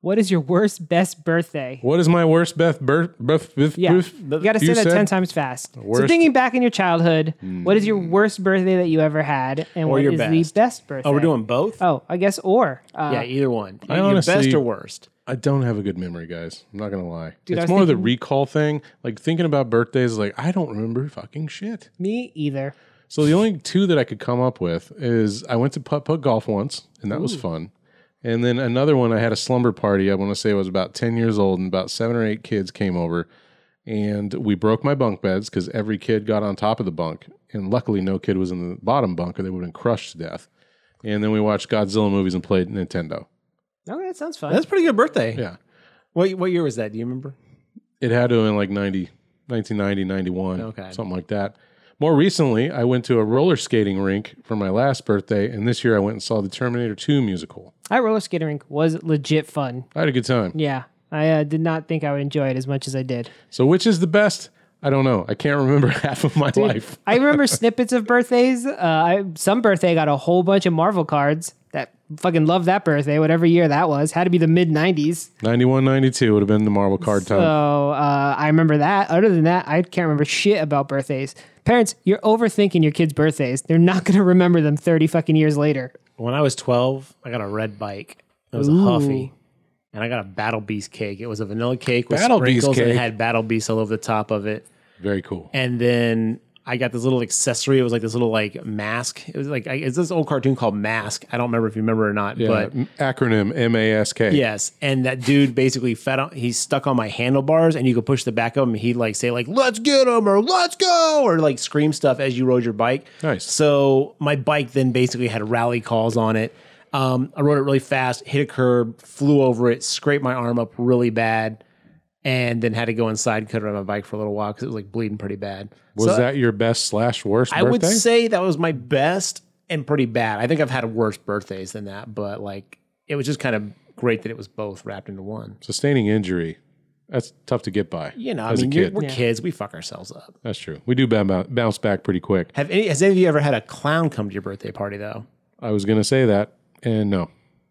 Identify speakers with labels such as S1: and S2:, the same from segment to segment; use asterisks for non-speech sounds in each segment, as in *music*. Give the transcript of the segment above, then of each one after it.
S1: What is your worst best birthday?
S2: What is my worst Beth birth? birth, birth
S1: Yeah,
S2: birth-
S1: you got to say
S2: you
S1: that
S2: said?
S1: ten times fast. So
S2: Worst-
S1: thinking back in your childhood, what is your
S3: Hmm.
S1: worst birthday that you ever had, and
S3: Or
S1: what
S3: your
S1: is the
S3: best.
S1: best birthday?
S3: Oh, we're doing both.
S1: Oh, I guess or uh,
S3: yeah, either one.
S2: I
S3: Your
S2: honestly-
S3: best or worst.
S2: I don't have a good memory, guys. I'm not gonna lie.
S1: Dude, I
S2: it's
S1: was
S2: more the
S1: thinking-
S2: recall thing. Like thinking about birthdays, like I don't remember fucking shit.
S1: me either.
S2: So the only two that I could come up with is I went to putt putt golf once, and that was fun. And then another one, I had a slumber party. I want to say I was about ten years old, and about seven or eight kids came over, and we broke my bunk beds because every kid got on top of the bunk, and luckily no kid was in the bottom bunk, or they would have been crushed to death. And then we watched Godzilla movies and played Nintendo.
S1: Okay, that sounds fun.
S3: That's a pretty good birthday.
S2: Yeah,
S3: What what year was that? Do you remember?
S2: it had to have been like 90, 1990, 91,
S3: Okay.
S2: something like that. More recently, I went to a roller skating rink for my last birthday, and this year I went and saw the Terminator 2 musical.
S1: I roller skating rink was legit fun.
S2: I had a good time.
S1: Yeah, I uh, did not think I would enjoy it as much as I
S3: *laughs*
S1: did.
S2: So, which is the best? I don't know. I can't *laughs* remember half of my life.
S1: I remember snippets of birthdays. Uh, I, some birthday I got a whole bunch of Marvel cards. That fucking loved that birthday, whatever year that was. Had to be the mid '90s.
S2: 91, 92 would have been the marble card
S1: So
S2: time.
S1: uh, I remember that. Other than that, I can't remember shit about birthdays. Parents, you're overthinking your kids' birthdays. They're not *laughs* gonna remember them 30 fucking years later.
S3: When I was twelve, I got a red bike. It was
S1: Ooh.
S3: a huffy. And I got a Battle Beast cake. It was a vanilla cake with
S2: Battle Beast
S3: sprinkles and it
S2: cake.
S3: had Battle Beast all over the top of it.
S2: Very cool.
S3: and then I got this little accessory. It was like this little like mask. It was like I, it's this old cartoon called Mask. I don't remember if you remember or not,
S2: Yeah,
S3: but
S2: m- acronym M A S K.
S3: yes. And that dude basically fed on. He stuck on my handlebars, and you could push the back of him. And he'd like say like "Let's get him" or "Let's go" or like scream stuff as you rode your bike.
S2: Nice.
S3: So my bike then basically had rally calls on it. Um, I rode it really fast, hit a curb, flew over it, scraped my arm up really bad. And then had to go inside, cut around my bike for a little while because it was like bleeding pretty bad.
S2: Was
S3: So-
S2: that your best slash worst
S3: I
S2: birthday?
S3: would say that was my best and pretty bad. I think I've had worse birthdays than that, but like it was just kind of great that it was both wrapped into one.
S2: Sustaining injury. That's tough to get by.
S3: You know,
S2: as
S3: I mean,
S2: a
S3: you're-
S2: kid.
S3: we're kids, we fuck ourselves up.
S2: That's true. We do bou- bounce back pretty quick.
S3: Have any has any of you ever had a clown come to your birthday party though?
S2: I was going to say that, and no.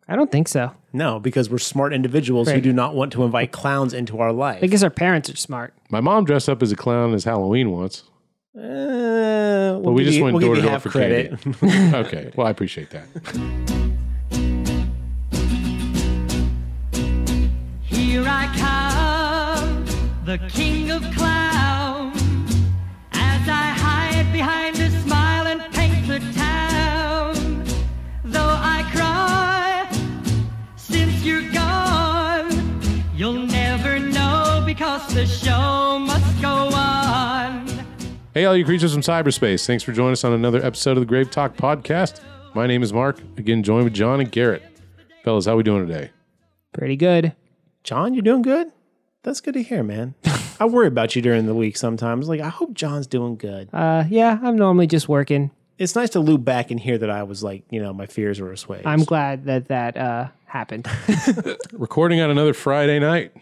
S1: I don't think so.
S3: No, because we're smart individuals who
S1: Right.
S3: do not want to invite clowns into our life.
S1: I guess our parents are smart.
S2: My mom dressed up as a clown as Halloween once,
S3: Uh,
S2: but
S3: we'll
S2: we
S3: give
S2: just
S3: you-
S2: went
S3: we'll give
S2: door to
S3: you
S2: door
S3: half
S2: for
S3: credit.
S2: credit. *laughs* okay, well, I appreciate that.
S4: Here I come, the king of clowns, as I hide behind a smile and paint the town. Though I cry, since you're gone, you'll never know because the show must go on.
S2: Hey, all you creatures from cyberspace, thanks for joining us on another episode of the Grave Talk podcast. My name is Mark. Again, joined with John and Garrett. Fellas, how we doing today?
S1: Pretty good.
S3: John, you're doing good? That's good to
S2: *laughs*
S3: hear, man. I worry about you during the week sometimes. Like, I hope John's doing good.
S1: Uh, yeah, I'm normally just working.
S3: it's nice to loop back and hear that I was like, you know, my fears were assuaged.
S1: I'm glad that that uh, happened.
S2: Recording on another Friday night.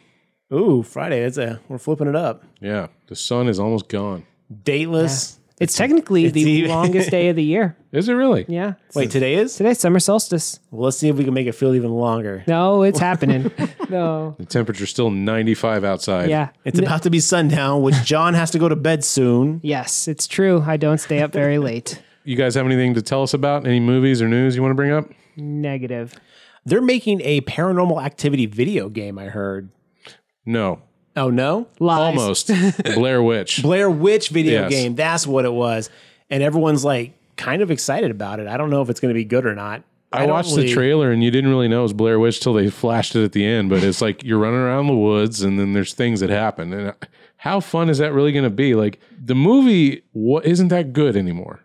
S3: Ooh, Friday. That's a we're flipping it up.
S2: Yeah, the sun is almost gone.
S3: Dateless.
S1: It's technically the
S3: even-
S1: longest day of the year.
S2: Is it really?
S1: Yeah.
S3: Wait, today is?
S1: Today's summer solstice.
S3: Well, let's see if we can make it feel even longer.
S1: No, it's happening. no.
S2: The temperature's still 95 outside.
S1: Yeah.
S3: It's about to be
S1: *laughs*
S3: sundown, which John has to go to bed soon.
S1: Yes, it's true. I don't stay up very late.
S2: You guys have anything to tell us about? Any movies or news you want to bring up?
S1: Negative.
S3: They're making a paranormal activity video game, I heard.
S2: No.
S3: Oh no?
S1: Lies.
S3: *laughs*
S2: Almost. Blair Witch.
S3: Blair Witch video
S2: Yes.
S3: game. That's what it was. And everyone's like kind of excited about it. I don't know if it's gonna be good or not.
S2: I,
S3: don't
S2: watched
S3: really-
S2: the trailer and you didn't really know it was Blair Witch till they flashed it at the end. But it's like you're running around the woods and then there's things that happen. And how fun is that really going to be? Like the movie wa- isn't that good anymore.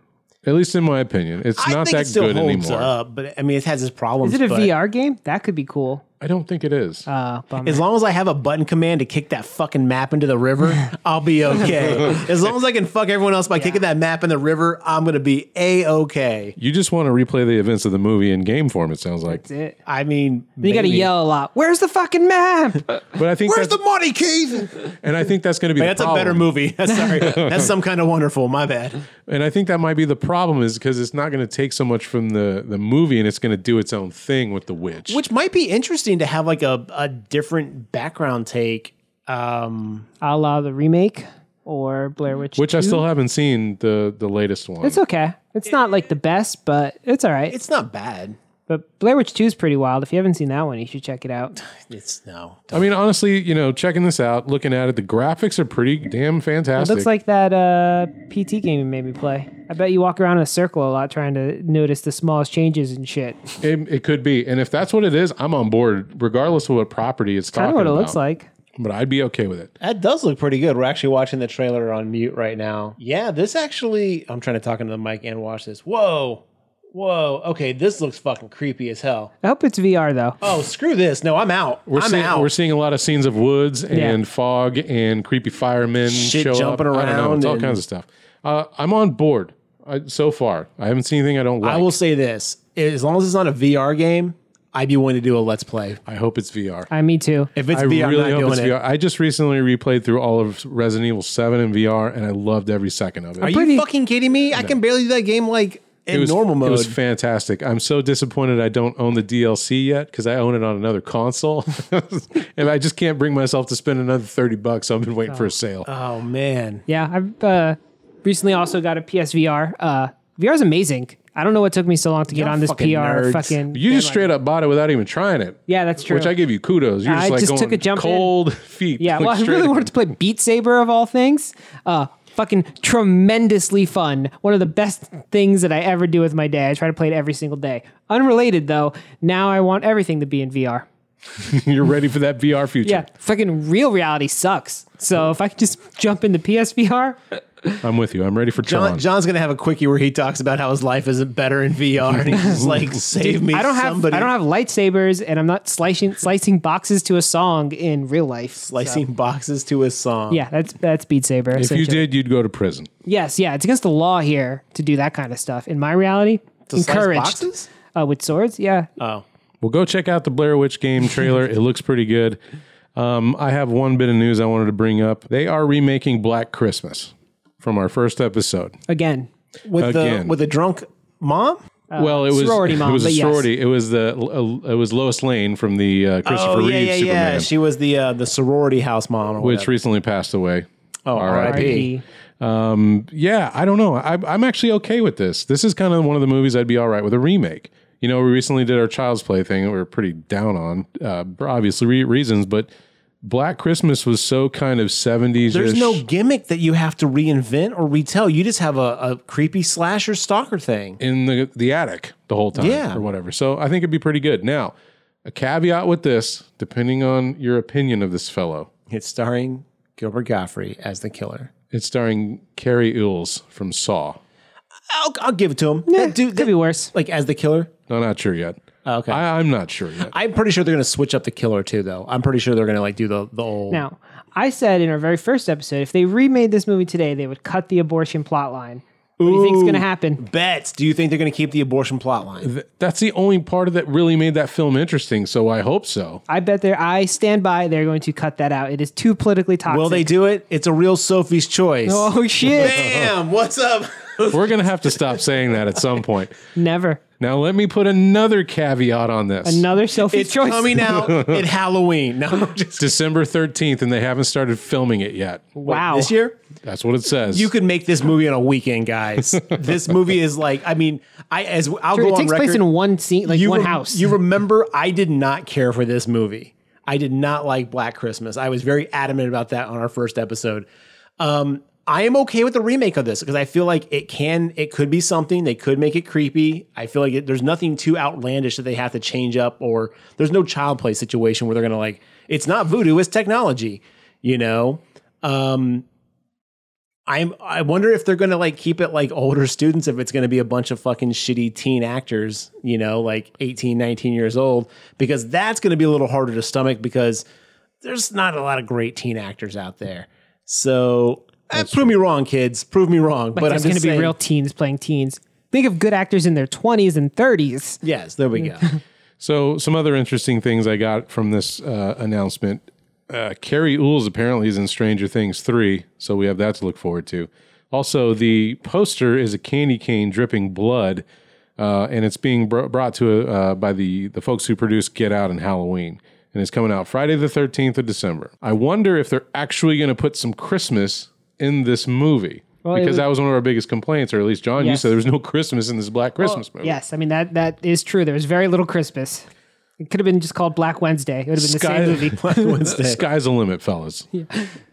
S2: At least in my opinion, it's
S3: I
S2: not
S3: think
S2: that
S3: it still
S2: good
S3: holds
S2: anymore.
S3: up, but I mean it has its problems.
S1: Is it a
S3: but
S1: VR game? That could be cool.
S2: I don't think it is.
S1: Uh, bummer.
S3: As long as I have a button command to kick that fucking map into the river, I'll be okay. as long as I can fuck everyone else by kicking that map in the river, I'm gonna be a okay.
S2: you just want to replay the events of the movie in game form. It sounds like,
S1: That's it.
S3: I mean,
S1: You got to
S3: maybe-
S1: yell a lot. Where's the fucking map?
S2: but I think
S3: Where's the
S2: that's,
S3: money, Keith?
S2: and I think that's going to be the
S3: That's a better
S2: problem.
S3: movie. *laughs* That's sorry. That's some kind of wonderful. My bad.
S2: And I think that might be the problem is because it's not going to take so much from the the movie and it's going to do its own thing with the witch.
S3: Which might be interesting interesting to have like a, a different background take. Um,
S1: *laughs* a la the remake or Blair Witch.
S2: which I
S1: 2.
S2: still haven't seen the the latest one.
S1: It's okay. It's not like the best, but it's all right.
S3: it's not bad.
S1: but Blair Witch 2 is pretty wild. If you haven't seen that one, you should check it out.
S3: It's no.
S2: I mean, honestly, you know, checking this out, looking at it, the graphics are pretty damn
S1: It
S2: fantastic.
S1: looks like that uh, PT game you made me play. I bet you walk around in a circle a lot trying to notice the smallest changes and shit.
S2: it, it could be, and if that's what it is, I'm on board, regardless of what property it's
S1: Kind
S2: talking
S1: of what it
S2: about.
S1: looks like.
S2: But I'd be okay with it.
S3: That does look pretty good. We're actually watching the trailer on mute right now. Yeah, this actually. I'm trying to talk into the mic and watch this. Whoa, whoa. Okay, this looks fucking creepy as hell.
S1: I hope it's VR though.
S3: Oh, *laughs* screw this. No, I'm out.
S2: We're
S3: I'm
S2: seeing
S3: out.
S2: we're seeing a lot of scenes of woods and fog and creepy firemen
S3: Shit
S2: show
S3: jumping
S2: up. I don't know.
S3: around
S2: It's all
S3: and-
S2: kinds of stuff. Uh, I'm on board I, so far. I haven't seen anything I don't like.
S3: I will say this: as long as it's not a VR game, I'd be willing to do a let's play.
S2: I hope it's VR.
S1: I me too.
S3: If it's
S2: I really
S3: VR, I'm not
S2: hope
S3: doing
S2: it's
S3: it.
S2: VR. I just recently replayed through all of Resident Evil 7 in VR, and I loved every second of it.
S3: Are
S1: Pretty-
S3: you fucking kidding me? I can barely do that game like in
S2: it was,
S3: normal mode.
S2: It was fantastic. I'm so disappointed I don't own the DLC yet because I own it on another console, *laughs* and I just can't bring myself to spend another thirty bucks. I've been waiting for a sale.
S1: um,
S3: oh man,
S1: Yeah, I've uh, recently also got a PSVR. Uh, VR is amazing. I don't know what took me so long to get
S3: Y'all
S1: on this PR
S3: fucking nerds.
S1: fucking.
S2: you just straight up bought it without even trying it.
S1: Yeah, that's true.
S2: Which I give you kudos. You're
S1: I
S2: just like
S1: just
S2: going
S1: took a jump in.
S2: cold *laughs* feet.
S1: Yeah,
S2: like,
S1: well, I
S2: straight
S1: really
S2: in.
S1: wanted to play Beat Saber of all things. Uh, fucking tremendously fun. One of the best things that I ever do with my day. I try to play it every single day. Unrelated though, now I want everything to be in VR.
S2: *laughs* You're ready for that VR future.
S1: Yeah, fucking real reality sucks. So if I could just jump into PSVR,
S2: I'm with you. I'm ready for Tron.
S3: John, John's gonna have a quickie where he talks about how his life isn't better in VR. He's
S2: *laughs*
S3: just like, save me.
S1: I don't have
S3: somebody.
S1: I don't have lightsabers, and I'm not slicing slicing boxes to a song in real life.
S3: slicing boxes to his song.
S1: Yeah, that's that's Beat Saber.
S2: if you
S1: essentially.
S2: did, you'd go to prison.
S1: yes, yeah, it's against the law here to do that kind of stuff. In my reality,
S3: slice
S1: encouraged
S3: boxes?
S1: Uh, with swords. Yeah,
S3: Oh,
S2: Well, go check out the Blair Witch game trailer. it looks pretty good. Um, I have one bit of news I wanted to bring up. They are remaking Black Christmas from our first episode.
S1: again,
S3: with
S2: Again.
S3: the with the drunk mom.
S2: well, it was
S1: sorority mom,
S2: It was a
S1: but yes.
S2: sorority. It was the uh, it was Lois Lane from the uh, Christopher
S3: Oh yeah,
S2: Reeve
S3: yeah,
S2: Superman,
S3: yeah. She was the uh, the sorority house mom, or
S2: which
S3: whatever.
S2: recently passed away.
S3: oh, R.I.P.
S1: RIP.
S2: Yeah, I don't know. I, I'm actually okay with this. This is kind of one of the movies I'd be all right with a remake. You know, we recently did our Child's Play thing that we were pretty down on, uh, for obviously re- reasons, but Black Christmas was so kind of 70s.
S3: There's no gimmick that you have to reinvent or retell. You just have a, a creepy slasher stalker thing.
S2: in the the attic the whole time
S3: Yeah.
S2: or whatever. So I think it'd be pretty good. Now, a caveat with this, depending on your opinion of this fellow,
S3: It's starring Gilbert Gottfried as the killer.
S2: it's starring Carrie Ills from Saw.
S3: I'll, I'll give it to him. That dude,
S1: Could
S3: that-
S1: be worse.
S3: like as the killer.
S2: No, not sure yet.
S3: Oh, okay.
S2: I, I'm not sure yet.
S3: I'm pretty sure they're gonna switch up the killer too, though. I'm pretty sure they're gonna like do the the old.
S1: Now, I said in our very first episode, if they remade this movie today, they would cut the abortion plot line. What do you think's going to happen?
S3: Bets. Do you think they're gonna keep the abortion plot line?
S2: Th- That's the only part that really made that film interesting. So I hope so.
S1: I bet they're. I stand by. They're going to cut that out. It is too politically toxic.
S3: Will they do it? It's a real Sophie's choice.
S1: Oh shit!
S3: Damn!
S1: *laughs*
S3: What's up?
S2: We're gonna have to stop saying that at some point.
S1: Never.
S2: Now let me put another caveat on this.
S1: Another Sophie's
S3: it's
S1: choice.
S3: coming
S1: *laughs*
S3: out at Halloween. No, I'm just
S2: December 13th, and they haven't started filming it yet.
S1: wow.
S3: this year.
S2: That's what it says.
S3: You could make this movie on a weekend, guys.
S1: *laughs*
S3: this movie is like, I mean, I as I'll go
S1: it
S3: on
S1: takes
S3: record.
S1: place in one scene, like one
S3: rem-
S1: house. *laughs*
S3: You remember, I did not care for this movie. I did not like Black Christmas. I was very adamant about that on our first episode. Um, I am okay with the remake of this because I feel like it can, it could be something. They could make it creepy. I feel like it, there's nothing too outlandish that they have to change up, or there's no child play situation where they're gonna like, it's not voodoo, it's technology. You know, um, I'm I wonder if they're gonna like keep it like older students if it's gonna be a bunch of fucking shitty teen actors, you know, like 18, 19 years old, because that's gonna be a little harder to stomach because there's not a lot of great teen actors out there. So eh, prove me wrong, kids. Prove me wrong.
S1: Like,
S3: but I'm
S1: there's going
S3: gonna
S1: to be real teens playing teens. Think of good actors in their 20s and 30s.
S3: *laughs* Yes,
S1: *laughs*
S3: there we go. *laughs*
S2: So, some other interesting things I got from this uh, announcement. Uh, Carrie Ools apparently is in Stranger Things 3, so we have that to look forward to. Also, the poster is a candy cane dripping blood, uh, and it's being br- brought to uh, by the the folks who produced Get Out and Halloween, and it's coming out Friday the thirteenth of December. I wonder if they're actually going to put some Christmas in this movie.
S1: it
S2: because
S1: would-
S2: that was one of our biggest complaints, or at least John, you
S1: Yes.
S2: said there was no Christmas in this Black Christmas movie.
S1: Yes, I mean that that is true. There was very little Christmas. It could have been just called Black Wednesday. It would have been
S2: Sky-
S1: the same movie.
S2: The
S3: Wednesday.
S2: sky's the limit, fellas.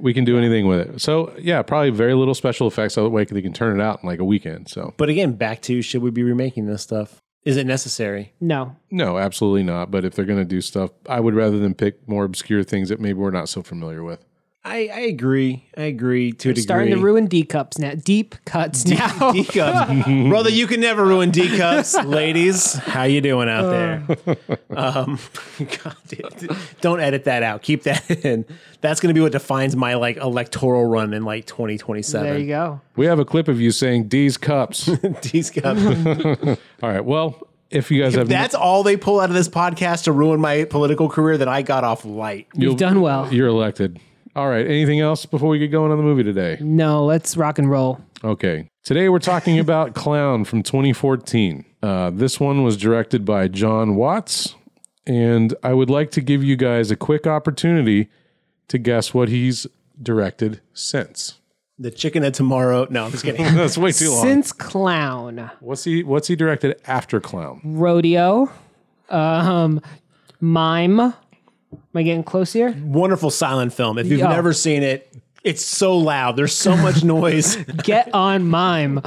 S2: We can do anything with it. So yeah, probably very little special effects. That way they can turn it out in like a weekend. So
S3: But again, back to should we be remaking this stuff? Is it necessary?
S1: No,
S2: no, absolutely not. But if they're going to do stuff, I would rather than pick more obscure things that maybe we're not so familiar with.
S3: I, I agree. I agree to a degree.
S1: starting to ruin D cups now. Deep cuts now.
S3: D cups, *laughs* brother. You can never ruin D cups, *laughs* ladies. How you doing out there? Um, *laughs* God, dude, don't edit that out. Keep that *laughs* in. That's going to be what defines my like electoral run in like
S1: *laughs*
S3: 2027.
S1: there you go.
S2: We have a clip of you saying D's cups. All
S3: *laughs*
S1: *laughs*
S3: D's cups.
S2: right. Well, if you guys have
S3: That's all they pull out of this podcast to ruin my political career that I got off light.
S2: you'll-
S1: You've done well.
S2: You're elected. All right. Anything else before we get going on the movie today?
S1: No, let's rock and roll.
S2: Okay. Today we're talking about Clown from 2014. Uh, this one was directed by John Watts, and I would like to give you guys a quick opportunity to guess what he's directed since. *laughs*
S3: The chicken of tomorrow. No, I'm
S1: *laughs*
S3: just kidding.
S2: That's way too long.
S1: Since Clown,
S2: what's he What's he directed after Clown?
S1: Rodeo, um, Mime. Am I getting close here?
S3: Wonderful silent film. If you've
S1: Yeah.
S3: never seen it, it's so loud. There's so
S1: *laughs*
S3: much noise.
S2: *laughs*
S1: Get on Mime.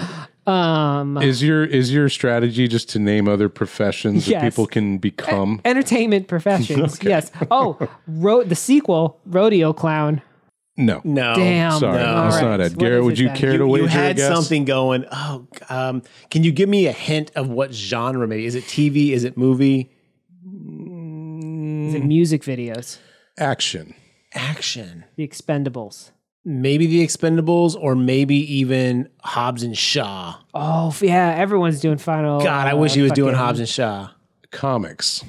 S1: Um,
S2: Is your Is your strategy just to name other professions
S1: Yes.
S2: that people can become?
S1: entertainment professions. Yes. Oh, ro- the sequel, Rodeo Clown.
S2: no.
S3: No.
S1: Damn.
S2: Oh, Sorry,
S1: No.
S2: that's
S1: All right.
S2: not it.
S1: What
S2: Garrett,
S1: is
S2: would
S1: it
S2: you
S1: then?
S2: care to
S3: You,
S2: wager
S3: you
S2: a
S3: had
S2: guess?
S3: something going. Oh, um, can you give me a hint of what genre maybe? Is it TV? Is it movie?
S1: Is it music videos?
S2: Action.
S3: Action.
S1: The Expendables.
S3: Maybe The Expendables or maybe even Hobbs and Shaw.
S1: Oh f- yeah, everyone's doing Final.
S3: God, I
S1: uh,
S3: wish he was doing
S1: fucking-
S3: Hobbs and Shaw.
S2: Comics.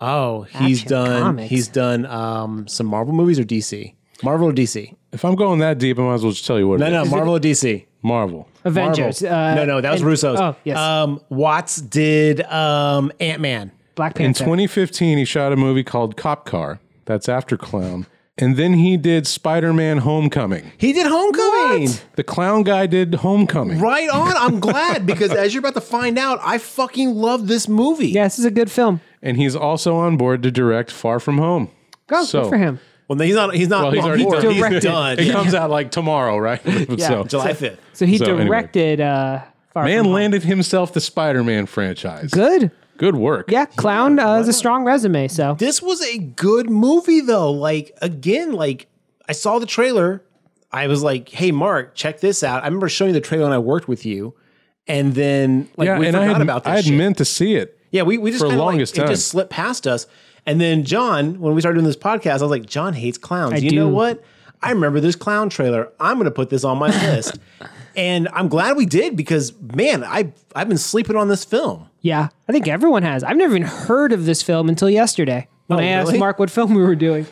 S3: Oh, he's
S1: Action
S3: done.
S1: comics.
S3: He's done um, some Marvel movies or DC. Marvel or DC?
S2: If I'm going that deep, I might as well just tell you what.
S3: No,
S2: it
S3: no,
S2: is.
S3: Marvel or DC?
S2: Marvel.
S1: Avengers.
S3: Marvel.
S1: Uh,
S3: no, no, that was
S1: and-
S3: Russo's.
S1: Oh yes,
S3: Um, Watts did um, Ant Man.
S1: Black
S2: In
S1: Panther.
S2: 2015, he shot a movie called Cop Car. That's after Clown. And then he did Spider Man Homecoming.
S3: He did Homecoming.
S2: The clown guy did Homecoming.
S3: Right on. I'm glad because as you're about to find out, I fucking love this movie.
S1: yeah, this is a good film.
S2: And he's also on board to direct Far From Home.
S1: Go
S2: So-
S1: Oh, good for him.
S3: Well, he's not. He's not.
S2: Well, he's
S3: on
S2: already
S3: board.
S2: done.
S3: He's
S1: Directed.
S3: done.
S2: It
S3: Yeah.
S2: comes out like tomorrow, right? *laughs* So,
S3: *laughs* July 5th.
S1: So he
S2: So, anyway.
S1: directed. Uh, Far
S2: man
S1: From Home.
S2: landed himself the Spider Man franchise.
S1: Good.
S2: Good work.
S1: Yeah, Clown uh, is a strong resume. So
S3: This was a good movie, though. Like again, like I saw the trailer. I was like, "Hey, Mark, check this out." I remember showing you the trailer when I worked with you, and then like
S2: Yeah,
S3: we
S2: and
S3: forgot
S2: I had,
S3: about this.
S2: I had
S3: shit.
S2: meant to see it.
S3: Yeah, we, we just
S2: for
S3: kinda, like,
S2: longest time.
S3: It just slipped past us. And then John, when we started doing this podcast, I was like, John hates clowns.
S1: I
S3: you
S1: do.
S3: know what? I remember this clown trailer. I'm going to put this on my
S2: *laughs*
S3: list. And I'm glad we did because man, I I've been sleeping on this film.
S1: yeah, I think everyone has. I've never even heard of this film until yesterday when
S3: Oh,
S1: I asked
S3: really?
S1: Mark what film we were
S2: *laughs*
S1: doing.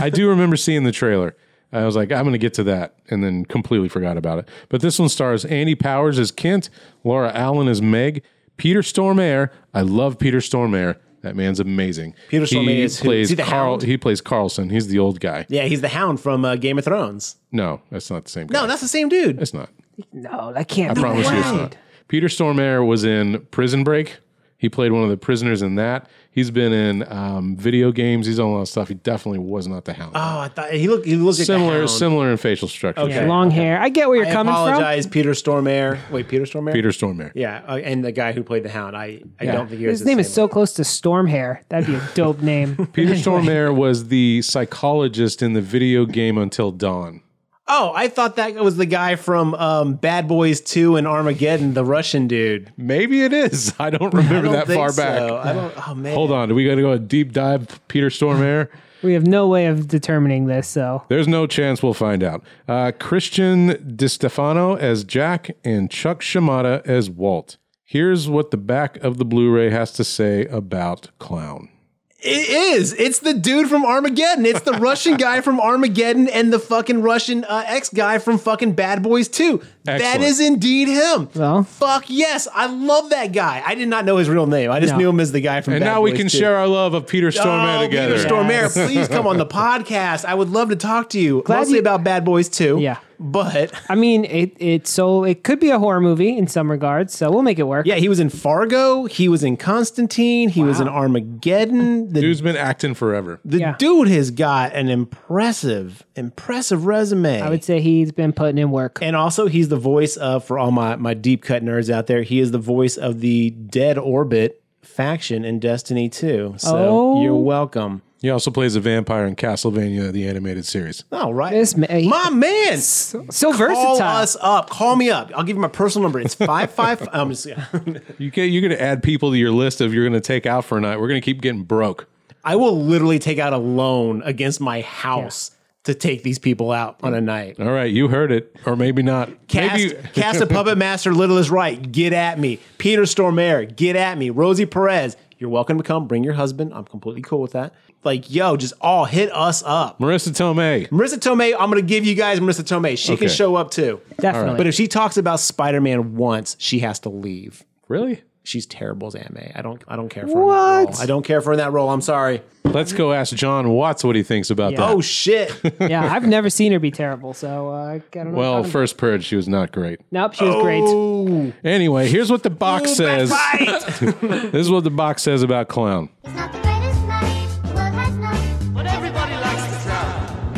S2: I do remember seeing the trailer. I was like, I'm going to get to that, and then completely forgot about it. But this one stars Andy Powers as Kent, Laura Allen as Meg, Peter Stormare. I love Peter Stormare. That man's amazing.
S3: Peter
S2: He
S3: Stormare is who?
S2: plays
S3: Is he the
S2: Carl.
S3: Hound?
S2: He plays Carlson. He's the old guy.
S3: Yeah, he's the Hound from uh, Game of Thrones.
S2: No, that's not the same. Guy.
S3: No, that's the same dude.
S2: it's not.
S1: no, that can't.
S2: I
S1: be
S2: promise you, it's
S1: right.
S2: not. Peter Stormare was in Prison Break. He played one of the prisoners in that. He's been in um, video games. He's done a lot of stuff. He definitely was not the hound.
S3: Oh, I thought he looked he looked like the
S2: similar,
S3: Hound.
S2: similar in facial structure.
S3: Okay.
S1: Yeah, long hair. I get where you're
S3: I
S1: coming
S3: apologize, Peter Stormare. Wait, Peter Stormare.
S2: Peter Stormare.
S3: Yeah, uh, and the guy who played the Hound. I I don't think he
S1: from. His
S3: was the
S1: name is
S3: same
S1: so close to Stormhair. That'd be
S2: *laughs*
S1: a dope name.
S2: Peter Stormare was the psychologist in the video game Until Dawn.
S3: Oh, I thought that was the guy from um, Bad Boys 2 and Armageddon, the Russian dude.
S2: Maybe it is. *laughs* I don't remember
S3: I don't
S2: that
S3: think
S2: far
S3: so.
S2: back.
S3: I don't, oh, man.
S2: Hold on. Do we got to go a deep dive, Peter Stormare? *laughs*
S1: We have no way of determining this, so
S2: There's no chance we'll find out. Uh, Christian DiStefano as Jack and Chuck Shimada as Walt. Here's what the back of the Blu ray has to say about Clown.
S3: It is. It's the dude from Armageddon. It's the Russian guy from Armageddon and the fucking Russian uh, ex guy from fucking Bad Boys 2. That
S2: Excellent.
S3: is indeed him.
S1: Well.
S3: Fuck yes. I love that guy. I did not know his real name. I just
S1: No.
S3: knew him as the guy from
S2: And
S3: Bad
S2: now we
S3: Boys
S2: can
S3: 2.
S2: share our love of Peter Stormare
S3: Oh,
S2: together.
S3: Peter Stormare, please come
S2: *laughs*
S3: on the podcast. I would love to talk to you.
S1: Glad
S3: mostly
S1: you-
S3: about Bad Boys 2.
S1: Yeah.
S3: But
S1: I mean, it it's so it could be a horror movie in some regards, so we'll make it work.
S3: yeah, he was in Fargo. He was in Constantine. He was in
S1: *laughs*
S3: Armageddon. The
S2: Dude's been acting forever.
S3: The
S1: Yeah.
S3: dude has got an impressive, impressive resume.
S1: I would say he's been putting in work.
S3: and also, he's the voice of, for all my, my deep cut nerds out there, he is the voice of the Dead Orbit faction in Destiny 2. So
S1: Oh.
S3: you're welcome.
S2: He also plays a vampire in Castlevania, the animated series.
S3: All right.
S1: This ma-
S3: my man.
S1: so
S3: Call
S1: versatile.
S3: us up. Call me up. I'll give you my personal number. It's 555. *laughs* I'm just-
S2: You get, you're going to add people to your list of you're going to take out for a night. We're going to keep getting broke.
S3: I will literally take out a loan against my house to take these people out on a night.
S2: All right, you heard it, or maybe not.
S3: Cast,
S2: maybe *laughs*
S3: cast a puppet master, Little is right. Get at me. Peter Stormare, get at me. Rosie Perez, you're welcome to come. Bring your husband. I'm completely cool with that. Like, yo, just all hit us up.
S2: Marissa Tomei.
S3: Marissa Tomei, I'm going to give you guys Marissa Tomei. She can
S2: Okay.
S3: show up too.
S1: Definitely.
S3: But if she talks about Spider Man once, she has to leave.
S2: Really?
S3: She's terrible as Aunt May. I don't. I don't care for her in that
S1: What?
S3: role. I don't care for her in that role. I'm sorry.
S2: Let's go ask John Watts what he thinks about
S1: Yeah.
S2: that.
S3: Oh shit.
S1: yeah, I've never seen her be terrible, so uh, I don't know.
S2: well,
S1: I don't-
S2: first purge, she was not great.
S1: nope, she was great.
S3: Ooh.
S2: Anyway, here's what the box says.
S3: Right.
S2: This is what the box says about clown.
S5: He's not the greatest man the world has known.
S6: But everybody likes the clown.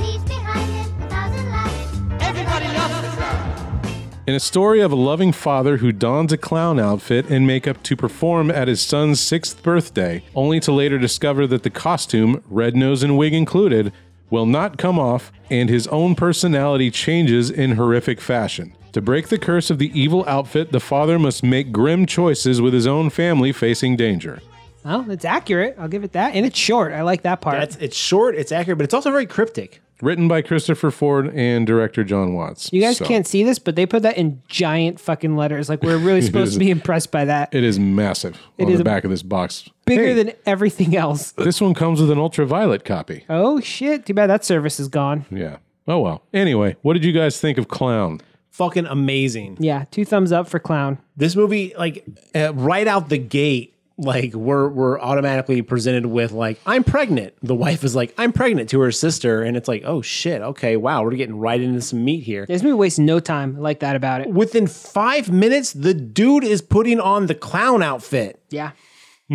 S5: He leaves behind him a thousand lies.
S6: Everybody loves the clown.
S2: In a story of a loving father who dons a clown outfit and makeup to perform at his son's sixth birthday, only to later discover that the costume, red nose and wig included, will not come off, and his own personality changes in horrific fashion. To break the curse of the evil outfit, the father must make grim choices with his own family facing danger.
S1: Well, it's accurate. I'll give it that, and it's short. I like that part.
S3: *laughs* That's it's short. It's accurate, but it's also very cryptic.
S2: Written by Christopher Ford and director John Watts.
S1: you guys
S2: So,
S1: can't see this, but they put that in giant fucking letters. Like we're
S2: *laughs*
S1: really supposed to be impressed by that.
S2: It is massive on
S1: is
S2: the
S1: a-
S2: back of this box.
S1: Bigger
S2: Hey,
S1: than everything else.
S2: this one comes with an ultraviolet copy.
S1: Oh shit! Too bad that service is gone.
S2: Yeah. Oh well. Anyway, what did you guys think of Clown? *laughs*
S3: Fucking amazing.
S1: Yeah, two thumbs up for clown.
S3: This movie, like uh, right out the gate, like we're we're automatically presented with like I'm pregnant. The wife is like I'm pregnant to her sister, and it's like oh shit, okay, wow, we're getting right into some meat here.
S1: This movie wastes no time. I like that about it.
S3: Within five minutes, the dude is putting on the clown outfit.
S1: Yeah.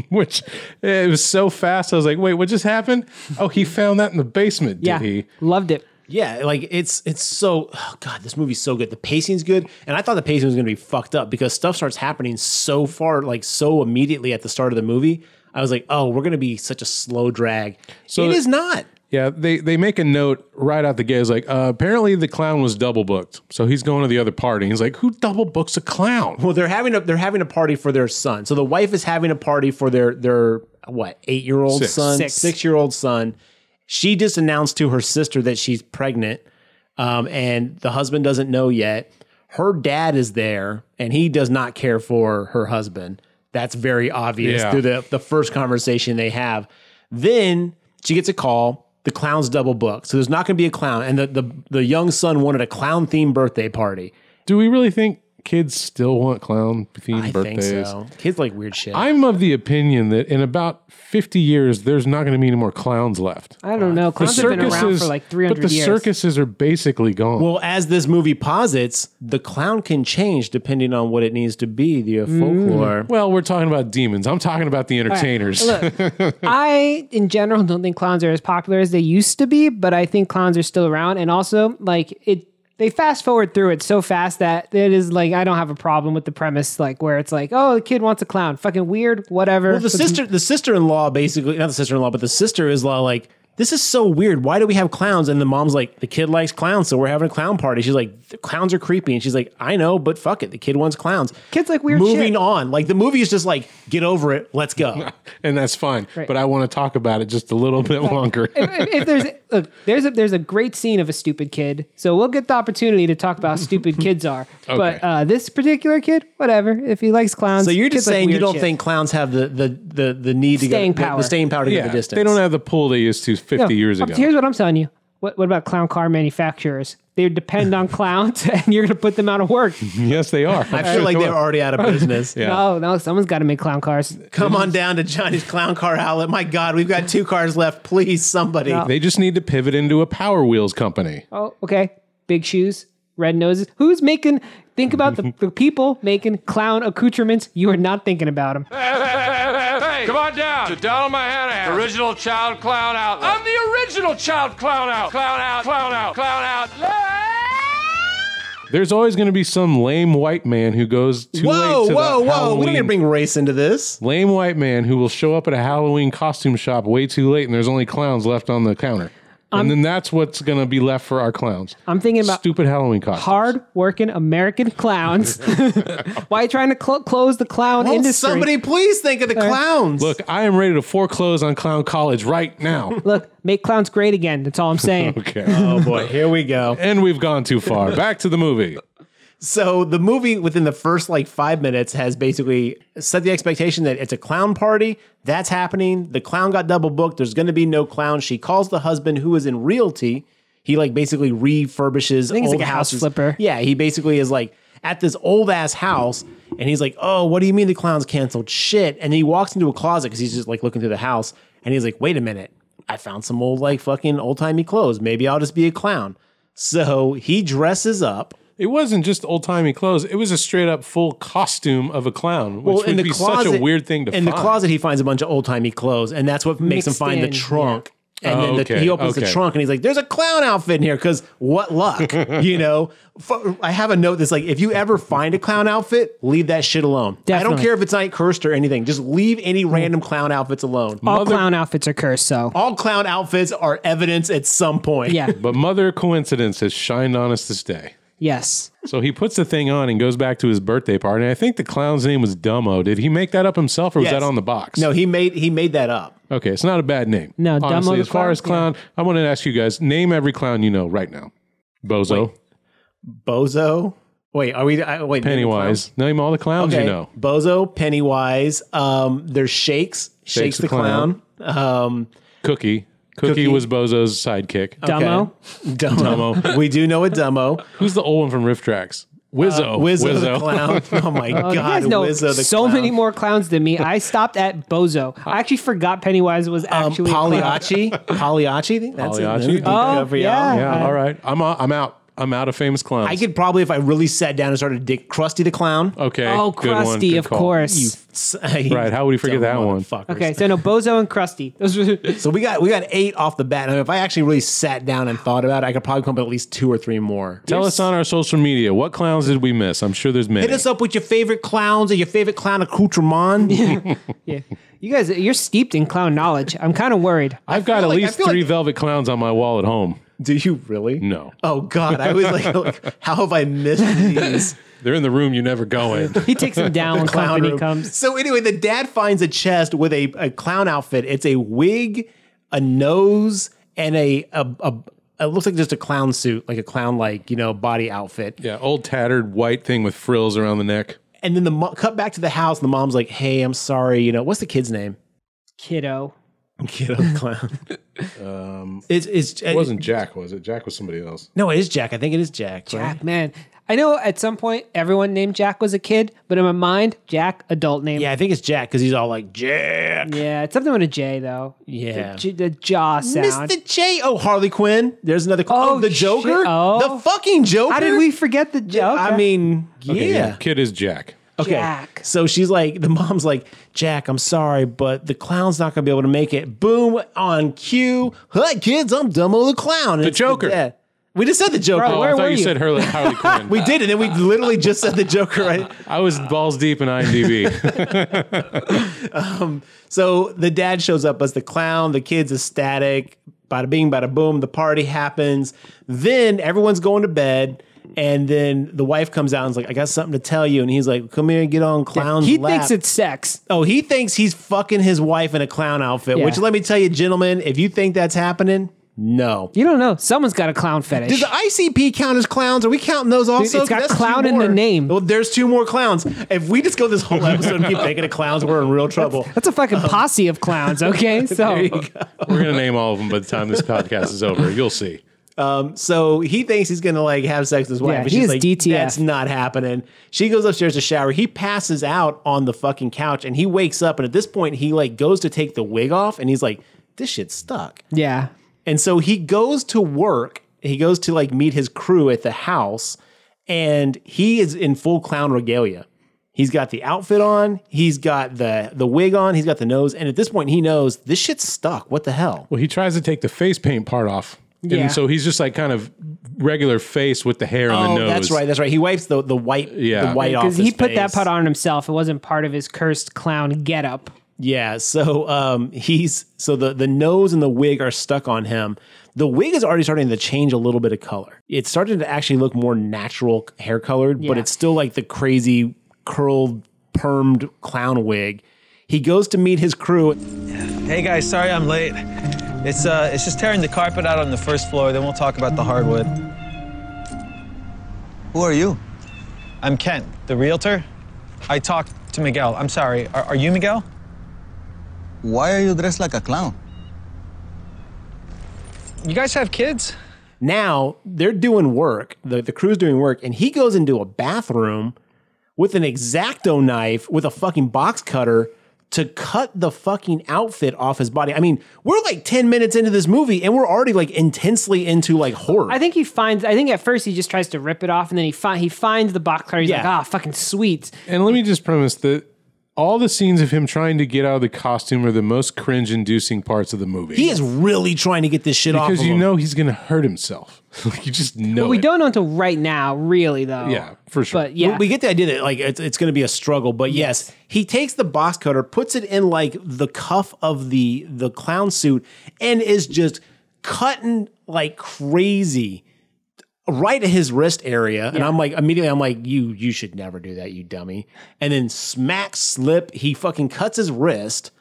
S2: Which eh, it was so fast. I was like, wait, what just happened? Oh, he found that in the basement, did
S1: Yeah.
S2: he?
S1: Loved it.
S3: Yeah, like it's it's so oh god, this movie's so good. The pacing's good, and I thought the pacing was gonna be fucked up because stuff starts happening so far, like so immediately at the start of the movie. I was like, oh, we're gonna be such a slow drag.
S2: So-
S3: it is not.
S2: Yeah, they they make a note right out the gate. It's like, uh, apparently the clown was double booked, so he's going to the other party. He's like, who double books a clown?
S3: Well, they're having a they're having a party for their son. So the wife is having a party for their their what eight year old
S2: Six.
S3: son,
S1: Six.
S3: six year old son. She just announced to her sister that she's pregnant, um, and the husband doesn't know yet. Her dad is there, and he does not care for her husband. That's very obvious
S2: Yeah.
S3: through the the first conversation they have. Then she gets a call. The clown's double booked, so there's not going to be a clown. And the, the the young son wanted a clown themed birthday party.
S2: Do we really think kids still want clown themed
S3: I
S2: birthdays?
S3: think so. Kids like weird shit.
S2: I'm of the opinion that in about 50 years, there's not going to be any more clowns left.
S1: I don't know. Clowns have been around for like three
S2: but
S1: hundred
S2: the
S1: years.
S2: circuses are basically gone.
S3: Well, as this movie posits, the clown can change depending on what it needs to be, the
S1: Mm.
S3: folklore.
S2: Well, we're talking about demons. I'm talking about the entertainers.
S1: Look, I in general don't think clowns are as popular as they used to be, but I think clowns are still around. And also, like it, they fast forward through it so fast that it is like I don't have a problem with the premise, like where it's like, oh, the kid wants a clown, fucking weird, whatever.
S3: Well, the sister, the sister-in-law, basically not the sister-in-law, but the sister is law like this is so weird. Why do we have clowns? And the mom's like, the kid likes clowns, so we're having a clown party. She's like, the clowns are creepy. And she's like, I know, but fuck it. The kid wants clowns.
S1: Kids like weird
S3: Moving
S1: shit.
S3: on. Like the movie is just like, get over it.
S1: *laughs*
S3: Let's go.
S2: *laughs* and that's fine.
S1: Right.
S2: But I want to talk about it just a little bit longer.
S1: *laughs*
S2: *laughs*
S1: if, if there's look, there's a there's a great scene of a stupid kid. So we'll get the opportunity to talk about how stupid kids
S3: *laughs*
S1: are. But
S2: Okay.
S1: uh, this particular kid, whatever. If he likes clowns,
S3: so you're just
S1: kids like
S3: saying you
S1: weird
S3: don't
S1: shit.
S3: think clowns have the the the, the need to
S1: Staying
S3: go, the-
S1: power.
S3: the staying power to
S2: yeah,
S3: go the distance.
S2: they don't have the pull they used to 50
S1: No,
S2: years
S1: I'm-
S2: ago.
S1: Here's what I'm telling you. What what about clown car manufacturers? They depend on clowns, *laughs* and you're going to put them out of
S2: *laughs*
S1: work.
S2: yes, they are.
S3: I feel like they're already out of
S1: *laughs*
S3: business.
S2: Yeah.
S1: Oh, No, no, someone's got to make clown cars.
S3: Come on down to Johnny's Clown Car Outlet. My God, we've got two cars left. Please, somebody.
S1: No.
S2: They just need to pivot into a Power Wheels company.
S1: Oh, okay. Big shoes, red noses. Who's making? Think about the,
S2: *laughs*
S1: the people making clown accoutrements. You are not thinking about them.
S7: Come on down to Donald Mahanahan, original child clown outlet. I'm the original child clown out, clown out, clown out, clown out.
S2: There's always going to be some lame white man who goes too
S3: Whoa,
S2: late to
S3: whoa,
S2: the
S3: whoa. We don't need to
S2: Halloween-
S3: bring race into this.
S2: lame white man who will show up at a Halloween costume shop way too late, and there's only clowns left on the counter. and then that's what's going to be left for our clowns.
S1: I'm thinking about
S2: Stupid Halloween costumes.
S1: hard working American clowns. *laughs* Why are you trying to cl- close the clown
S3: Won't
S1: industry?
S3: somebody please think of the clowns?
S2: Look, I am ready to foreclose on clown college right now.
S1: *laughs* Look, make clowns great again. That's all I'm saying.
S2: *laughs* okay.
S3: Oh boy, here we go.
S2: and we've gone
S1: *laughs*
S2: too far. Back to the movie.
S3: So the movie within the first like five minutes has basically set the expectation that it's a clown party. That's happening. The clown got double booked. There's going to be no clown. She calls the husband who is in realty. He like basically refurbishes
S1: think he's
S3: old
S1: like a house
S3: houses.
S1: flipper.
S3: Yeah, he basically is like at this old ass house, and he's like, "Oh, what do you mean the clown's canceled? Shit!" And he walks into a closet because he's just like looking through the house, and he's like, "Wait a minute, I found some old like fucking old timey clothes. Maybe I'll just be a clown." So he dresses up.
S2: It wasn't just old timey clothes. It was a straight up full costume of a clown, which would be such a weird thing to
S3: in
S2: find.
S3: the closet, he finds a bunch of old timey clothes, and that's what makes him
S1: Mixed
S3: find
S1: in,
S3: the trunk. And
S2: Oh,
S3: then the,
S2: okay,
S3: he opens the
S2: okay.
S3: trunk and he's like, "There's a clown outfit in here." Because
S2: *laughs*
S3: what luck, you know? F- I have a note that's like, if you ever find a clown outfit, leave that shit alone. I don't
S1: Definitely.
S3: care if it's not cursed or anything. Just leave any random clown outfits alone.
S1: all clown outfits are cursed,
S2: *laughs*
S1: so
S3: All clown outfits are evidence at some point.
S1: yeah,
S2: But Mother Coincidence has shined on us this day.
S1: yes.
S2: So he puts the thing on and goes back to his birthday party. I think the clown's name was Dumbo. Did he make that up himself or was
S3: Yes.
S2: that on the box?
S3: No, he made he made that up.
S2: Okay, it's not a bad name.
S1: No, Dumbo
S2: Honestly,
S1: the
S2: as far
S1: clown,
S2: as clown, I want to ask you guys name every clown you know right now. Bozo,
S3: Bozo. Wait, are we? I, wait, name the clown?
S2: Pennywise. Name all the clowns you know.
S3: Bozo, Pennywise. Um, there's Shakes. Shakes, the,
S2: the
S3: clown.
S2: Clown.
S3: Um,
S2: Cookie. Cookie.
S3: Cookie.
S2: was Bozo's sidekick.
S3: okay.
S1: Dumbo.
S3: Dumbo. *laughs* we do know a Dumbo.
S2: Who's the old one from Riff Tracks? Oh, Wizzo.
S3: Uh, Wizzo, the clown. Oh my god,
S1: You guys know
S3: Wizzo the
S1: so
S3: clown.
S1: many more clowns
S3: *laughs*
S1: than me. I stopped at Bozo. I actually forgot Pennywise was
S3: Um,
S1: actually a clown.
S3: Pagliacci. *laughs* Pagliacci. That's
S2: Pagliacci.
S3: it. That's a deep
S1: Oh,
S3: cut for y'all.
S1: yeah.
S2: *laughs* Yeah, all right. I'm out. I'm out. I'm out of famous clowns.
S3: I could probably, if I really sat down and started to dig Krusty the Clown.
S2: Okay.
S1: Oh,
S2: good one,
S1: Krusty,
S2: good
S1: of
S2: call.
S1: course.
S3: *laughs*
S2: Right,
S3: right.
S2: how would you forget that one?
S1: Okay, so no Bozo and Krusty. *laughs* Those were
S3: So we got we got eight off the bat. I mean, if I actually really sat down and thought about it, I could probably come up with at least two or three more.
S2: Tell us on our social media what clowns did we miss? I'm sure there's many.
S3: Hit us up with your favorite clowns or your favorite
S1: *laughs*
S3: clown accoutrement.
S1: yeah. You guys, you're steeped in clown knowledge. I'm kind of worried.
S2: I've got
S3: feel
S2: at
S3: like- I
S2: least
S3: feel
S2: three
S3: like-
S2: velvet clowns on my wall at home.
S3: *laughs* Do you really?
S2: No,
S3: Oh God, I was like, like, how have
S1: *laughs*
S3: I missed these?
S2: they're in the room you never go *laughs* in.
S1: He takes
S3: *laughs*
S1: him down when
S3: clown
S1: company
S3: room.
S1: comes.
S3: So anyway, the dad finds a chest with a, a clown outfit. It's a wig, a nose, and a a, a it looks like just a clown suit, like a clown like you know body outfit.
S2: yeah, old tattered white thing with frills around the neck.
S3: And then the mo- cut back to the house. And the mom's like, "Hey, I'm sorry. You know what's the kid's name? *laughs*
S1: Kiddo.
S3: Kid of the clown. um, it's it's
S2: It wasn't Jack, was it? Jack was somebody else.
S3: no, it is Jack. I think it is Jack. right?
S1: Jack, Ah, man. I know at some point everyone named Jack was a kid, but in my mind, Jack, adult name.
S3: Yeah, I think it's Jack because he's all like Jack.
S1: Yeah, it's something with a J though.
S3: Yeah.
S1: The, J- the jaw sound.
S3: Mr. J. Oh, Harley Quinn. There's another. Oh,
S1: Oh,
S3: the
S1: shit.
S3: Joker.
S1: Oh.
S3: The fucking Joker.
S1: How did we forget the joke?
S3: I mean,
S2: Okay,
S3: yeah. Oh,
S2: kid is Jack.
S3: Okay.
S1: Jack.
S3: So she's like, the mom's like, Jack, I'm sorry, but the clown's not gonna be able to make it. Boom on cue. Hey kids, I'm Dumbo the clown. And it's
S2: Joker.
S3: dad. we just said the Joker.
S1: Bro,
S2: Oh,
S1: where
S2: I thought
S1: were
S2: you,
S1: you?
S2: said Harley,
S3: *laughs*
S2: Harley Quinn.
S3: we did, and then we literally just said the Joker. Right.
S2: I was balls deep in
S3: *laughs*
S2: IMDb.
S3: So the dad shows up as the clown. The kid's ecstatic. Bada bing, bada boom. The party happens. Then everyone's going to bed. And then the wife comes out and's like, I got something to tell you. And he's like, Come here and get on clown's
S1: he
S3: lap.
S1: thinks it's sex.
S3: Oh, he thinks he's fucking his wife in a clown outfit,
S1: Yeah.
S3: which let me tell you, gentlemen, if you think that's happening, no.
S1: You don't know. Someone's got a clown fetish.
S3: Does the ICP count as clowns? Are we counting those also?
S1: it's got
S3: That's two
S1: clown in the
S3: more.
S1: name.
S3: Well, there's two more clowns. If we just go this whole episode and keep thinking of clowns, we're in real
S1: *laughs*
S3: trouble.
S1: That's a fucking
S3: Um,
S1: posse of
S3: *laughs*
S1: clowns. Okay, so
S2: We're gonna name all of them by the time this podcast is over. You'll see.
S3: So he thinks he's gonna like have sex with his wife,
S1: Yeah,
S3: but
S1: he
S3: she's
S1: is
S3: like,
S1: DTF.
S3: "That's not happening." She goes upstairs to shower. He passes out on the fucking couch, and he wakes up. And at this point, he like goes to take the wig off, and he's like, "This shit's stuck."
S1: yeah,
S3: And so he goes to work. He goes to like meet his crew at the house, and he is in full clown regalia. He's got the outfit on. He's got the the wig on. He's got the nose. And at this point, he knows this shit's stuck. What the hell?
S2: Well, he tries to take the face paint part off.
S1: Yeah.
S2: And so he's just like kind of regular face with the hair and
S3: oh,
S2: the nose.
S3: that's right. That's right. He wipes the the white
S2: Yeah.
S3: the white off.
S1: because he
S3: his
S1: put that
S3: face.
S1: part on himself. It wasn't part of his cursed clown getup.
S3: Yeah, so um, he's so the the nose and the wig are stuck on him. The wig is already starting to change a little bit of color. It started to actually look more natural hair colored, but
S1: Yeah.
S3: it's still like the crazy curled, permed clown wig. He goes to meet his crew.
S8: Hey guys, sorry I'm late. It's uh, it's just tearing the carpet out on the first floor. Then we'll talk about the hardwood.
S6: Who are you?
S8: I'm Kent, the realtor. I talked to Miguel. I'm sorry. Are, are you Miguel?
S6: Why are you dressed like a clown?
S8: You guys have kids?
S3: Now they're doing work. The the crew's doing work, and he goes into a bathroom with an exacto knife with a fucking box cutter to cut the fucking outfit off his body. I mean, we're like 10 minutes into this movie and we're already like intensely into like horror.
S1: I think he finds. I think at first he just tries to rip it off, and then he find he finds the box cutter. He's
S3: Yeah.
S1: like, ah, fucking sweet.
S2: And let me just premise that all the scenes of him trying to get out of the costume are the most cringe inducing parts of the movie.
S3: he is really trying to get this shit off.
S2: because
S3: of
S2: you
S3: him.
S2: know he's going to hurt himself. *laughs* you just know.
S1: But we
S2: it.
S1: don't know until right now, really, though.
S2: Yeah, for sure.
S1: But yeah,
S3: we, we get the idea that like it's, it's going to be a struggle but yes. he takes the box cutter puts it in like the cuff of the the clown suit and is just cutting like crazy right at his wrist area and i'm like immediately i'm like you you should never do that you dummy and then smack slip he fucking cuts his wrist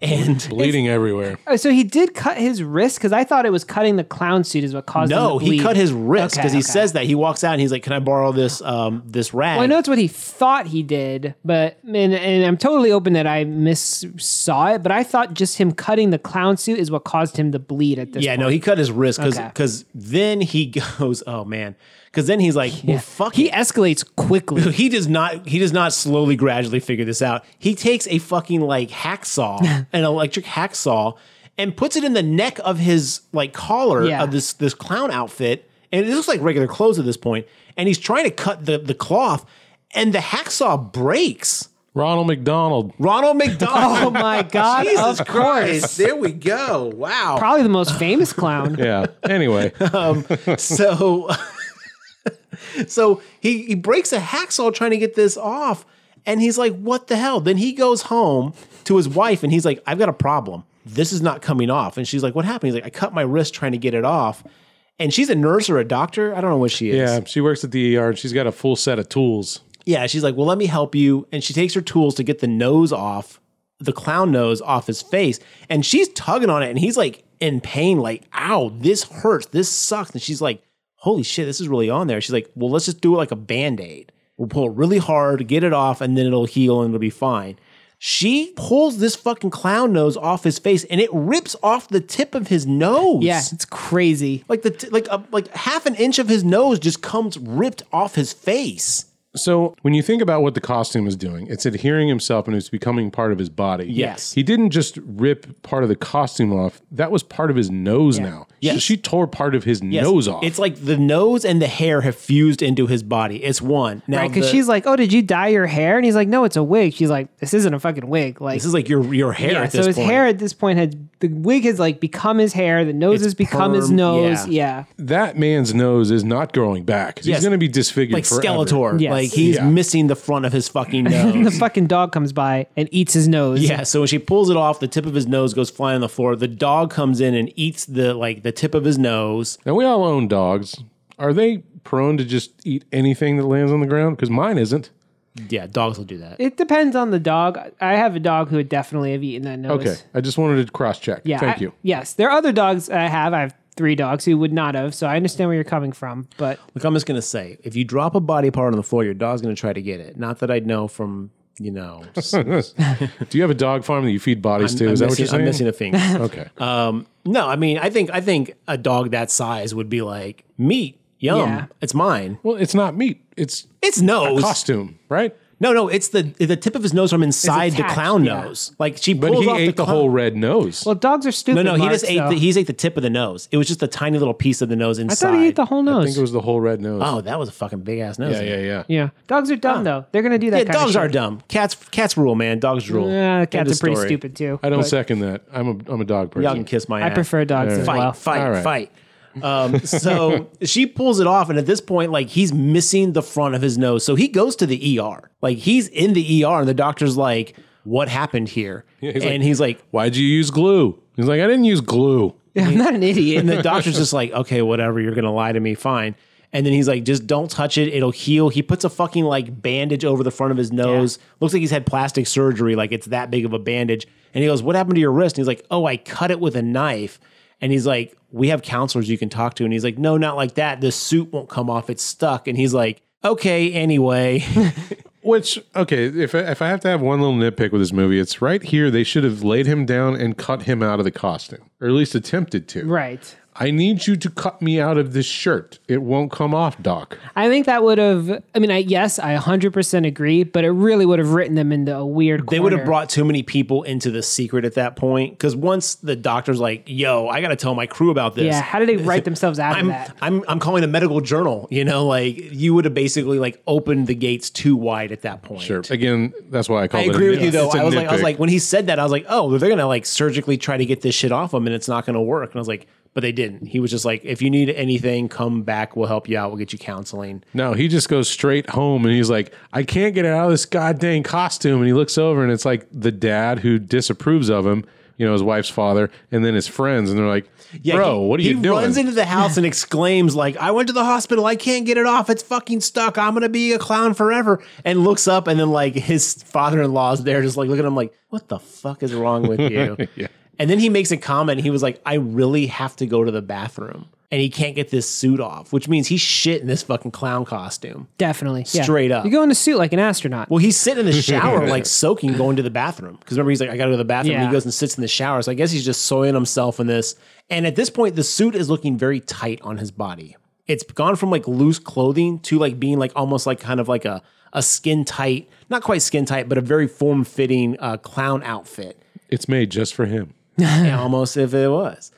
S3: and
S2: Bleeding everywhere.
S1: Oh, so he did cut his wrist because I thought it was cutting the clown suit is what caused.
S3: no
S1: him to bleed.
S3: he cut his wrist
S1: Okay,
S3: because he
S1: okay.
S3: says that he walks out and he's like can i borrow this um this rag
S1: Well, I know it's what he thought he did, but and, and I'm totally open that I miss saw it, but I thought just him cutting the clown suit is what caused him to bleed at this.
S3: Yeah,
S1: point.
S3: no, he cut his wrist because
S1: Okay.
S3: then he *laughs* goes, oh man, because then he's like, well, fuck
S1: he
S3: he,
S1: escalates quickly.
S3: *laughs* he does not he does not slowly gradually figure this out. He takes a fucking like hacksaw,
S1: *laughs*
S3: an electric hacksaw, and puts it in the neck of his like collar
S1: Yeah.
S3: of this this clown outfit, and it looks like regular clothes at this point. And he's trying to cut the the cloth, and the hacksaw breaks.
S2: Ronald McDonald.
S1: *laughs*
S3: Ronald McDonald.
S1: oh my god!
S3: Jesus
S1: of course,
S3: Christ! There we go. Wow.
S1: probably the most famous clown.
S2: Yeah. Anyway,
S3: *laughs* so so he, he breaks a hacksaw trying to get this off and he's like what the hell then he goes home to his wife and he's like i've got a problem this is not coming off and she's like what happened he's like i cut my wrist trying to get it off and she's a nurse or a doctor i don't know what she is
S2: yeah, she works at the ER and she's got a full set of tools.
S3: yeah, she's like, "Well, let me help you." And she takes her tools to get the nose off, the clown nose off his face, and she's tugging on it and he's like in pain like, "Ow, this hurts. This sucks." And she's like, "Holy shit, this is really on there." She's like, "Well, let's just do it like a band-aid. We'll pull it really hard, get it off, and then it'll heal and it'll be fine." She pulls this fucking clown nose off his face and it rips off the tip of his nose.
S1: Yeah, it's crazy.
S3: Like the t- like a, like half an inch of his nose just comes ripped off his face.
S2: So when you think about what the costume is doing, it's adhering himself and it's becoming part of his body.
S3: Yes.
S2: He didn't just rip part of the costume off. That was part of his nose now.
S3: Yes.
S2: She tore part of his
S3: Yes.
S2: nose off.
S3: It's like the nose and the hair have fused into his body. It's one. Now,
S1: Right, because
S3: the-
S1: she's like, "Oh, did you dye your hair?" And he's like, "No, it's a wig." She's like, "This isn't a fucking wig." Like,
S3: this is like your your hair
S1: yeah.
S3: at
S1: so
S3: this
S1: his
S3: point.
S1: hair at this point had the wig has like become his hair. The nose
S3: It's
S1: has become his
S3: perm,
S1: nose. Yeah.
S3: yeah.
S2: that man's nose is not growing back. He's
S3: Yes.
S2: going to be disfigured
S3: like
S2: forever.
S3: Skeletor.
S1: Yes.
S3: Like he's
S2: Yeah.
S3: missing the front of
S1: *laughs*
S3: his fucking
S1: the
S3: nose.
S1: fucking dog comes by and eats his nose.
S3: yeah. So when she pulls it off, the tip of his nose goes flying on the floor. The dog comes in and eats the like the tip of his nose.
S2: Now we all own dogs. Are they prone to just eat anything that lands on the ground? Because mine isn't.
S3: Yeah, dogs will do that.
S1: It depends on the dog. I have a dog who would definitely have eaten that nose.
S2: Okay, I just wanted to cross check.
S1: Yeah.
S2: Thank
S1: I-
S2: you.
S1: Yes, there are other dogs I have. I have three dogs who would not have. So I understand where you're coming from, but
S3: Look, I'm just gonna say, if you drop a body part on the floor, your dog's gonna try to get it. Not that I'd know from
S2: *laughs*
S3: you know. I'm,
S2: Do you have a dog farm that you feed bodies to?
S3: I'm
S2: Is that what
S3: missing-
S2: you're saying?
S3: I'm missing a Uh, finger. *laughs*
S2: okay.
S3: no, I mean, I think I think a dog that size would be like meat. Yum,
S1: Yeah.
S3: it's mine.
S2: well, it's not meat. It's
S3: It's nose.
S2: costume, right?
S3: No, no, it's the the tip of his nose from inside the
S1: attached,
S3: clown
S1: yeah.
S3: nose. Like she
S2: But
S3: pulls
S2: he
S3: off
S2: ate the,
S3: clown-
S2: whole red nose.
S1: well, dogs are
S3: *laughs* No,
S1: stupid.
S3: no, he
S1: Mark,
S3: just ate.
S1: so-
S3: The, he's ate the tip of the nose. It was just a tiny little piece of the nose
S1: I
S3: inside.
S1: thought he ate the whole nose.
S2: I think it was the whole red nose.
S3: Oh, that was a fucking big ass nose.
S2: yeah, yeah, yeah.
S1: yeah, dogs are dumb though. They're gonna do that.
S3: Ah. Yeah,
S1: kind of
S3: dogs
S1: shit.
S3: are dumb. Cats, cats rule, man. Dogs rule.
S1: Yeah,
S3: End
S1: cats
S3: of
S1: are pretty
S3: story.
S1: stupid too.
S2: I don't
S1: but
S2: second that. I'm a I'm a dog person.
S3: Y'all can kiss my.
S1: I
S3: ass.
S1: prefer dogs as
S3: Fight,
S1: well.
S3: fight,
S2: All right.
S3: fight. Um, so *laughs* she pulls it off, and at this point, like he's missing the front of his nose, so he goes to the ER. Like he's in the ER, and the doctor's like, "What happened here?"
S2: he's
S3: and
S2: like-
S3: he's like,
S2: Why'd you use glue? He's like, I didn't use glue.
S1: *laughs* I'm not an idiot.
S3: And the doctor's just like, okay, whatever, you're gonna lie to me, fine. And then he's like, just don't touch it, it'll heal. He puts a fucking like bandage over the front of his nose. Looks like he's had plastic surgery, like it's that big of a bandage. And he goes, What happened to your wrist? And he's like, Oh, I cut it with a knife. And he's like, We have counselors you can talk to. And he's like, No, not like that. The suit won't come off, it's stuck. And he's like, Okay, anyway. *laughs*
S2: Which okay, if I, if I have to have one little nitpick with this movie, it's right here. They should have laid him down and cut him out of the costume, or at least attempted to.
S1: right.
S2: I need you to cut me out of this shirt. It won't come off, Doc.
S1: I think that would have. I mean, I yes, I 100% agree, but it really would have written them into a weird.
S3: they would have
S1: corner.
S3: brought too many people into the secret at that point. Because once the doctor's like, Yo, I gotta tell my crew about this.
S1: Yeah. How
S3: *laughs*
S1: did they write themselves out
S3: I'm,
S1: of that?
S3: I'm I'm calling a medical journal. You know, like you would have basically like opened the gates too wide at that point.
S2: Sure. Again, that's why I
S3: I
S2: called it.
S3: agree
S2: a
S3: with
S2: nit-
S3: you though.
S2: it's a
S3: I was like, I was
S2: nitpick.
S3: like, when he said that, I was like, oh, they're gonna like surgically try to get this shit off him, and it's not gonna work. And I was like, but they didn't. He was just like, if you need anything, come back. We'll help you out. We'll get you counseling.
S2: no, he just goes straight home, and he's like, I can't get out of this goddamn costume. And he looks over, and it's like the dad who disapproves of him. You know, his wife's father, and then his friends, and they're like, "Bro,
S3: he-
S2: what are you
S3: he
S2: doing?"
S3: runs into the house and exclaims, "Like I went to the hospital, I can't get it off. It's fucking stuck. I'm gonna be a clown forever." And looks up, and then like his father-in-law's there, just like looking at him, like, "What the fuck is wrong
S2: *laughs*
S3: with you?" And then he makes a comment. He was like, "I really have to go to the bathroom." And he can't get this suit off, which means he's shit in this fucking clown costume.
S1: Definitely. yeah.
S3: Straight up.
S1: You go in a suit like an astronaut.
S3: Well, he's sitting in the shower, like soaking, going to the bathroom. Because remember, he's like, I got to go to the bathroom. And
S1: Yeah.
S3: he goes and sits in the shower. So I guess he's just soiling himself in this. And at this point, the suit is looking very tight on his body. It's gone from like loose clothing to like being like almost like kind of like a, a skin tight, not quite skin tight, but a very form fitting uh,
S1: *laughs*
S3: clown outfit.
S2: it's made just for him.
S3: Yeah, almost if it was.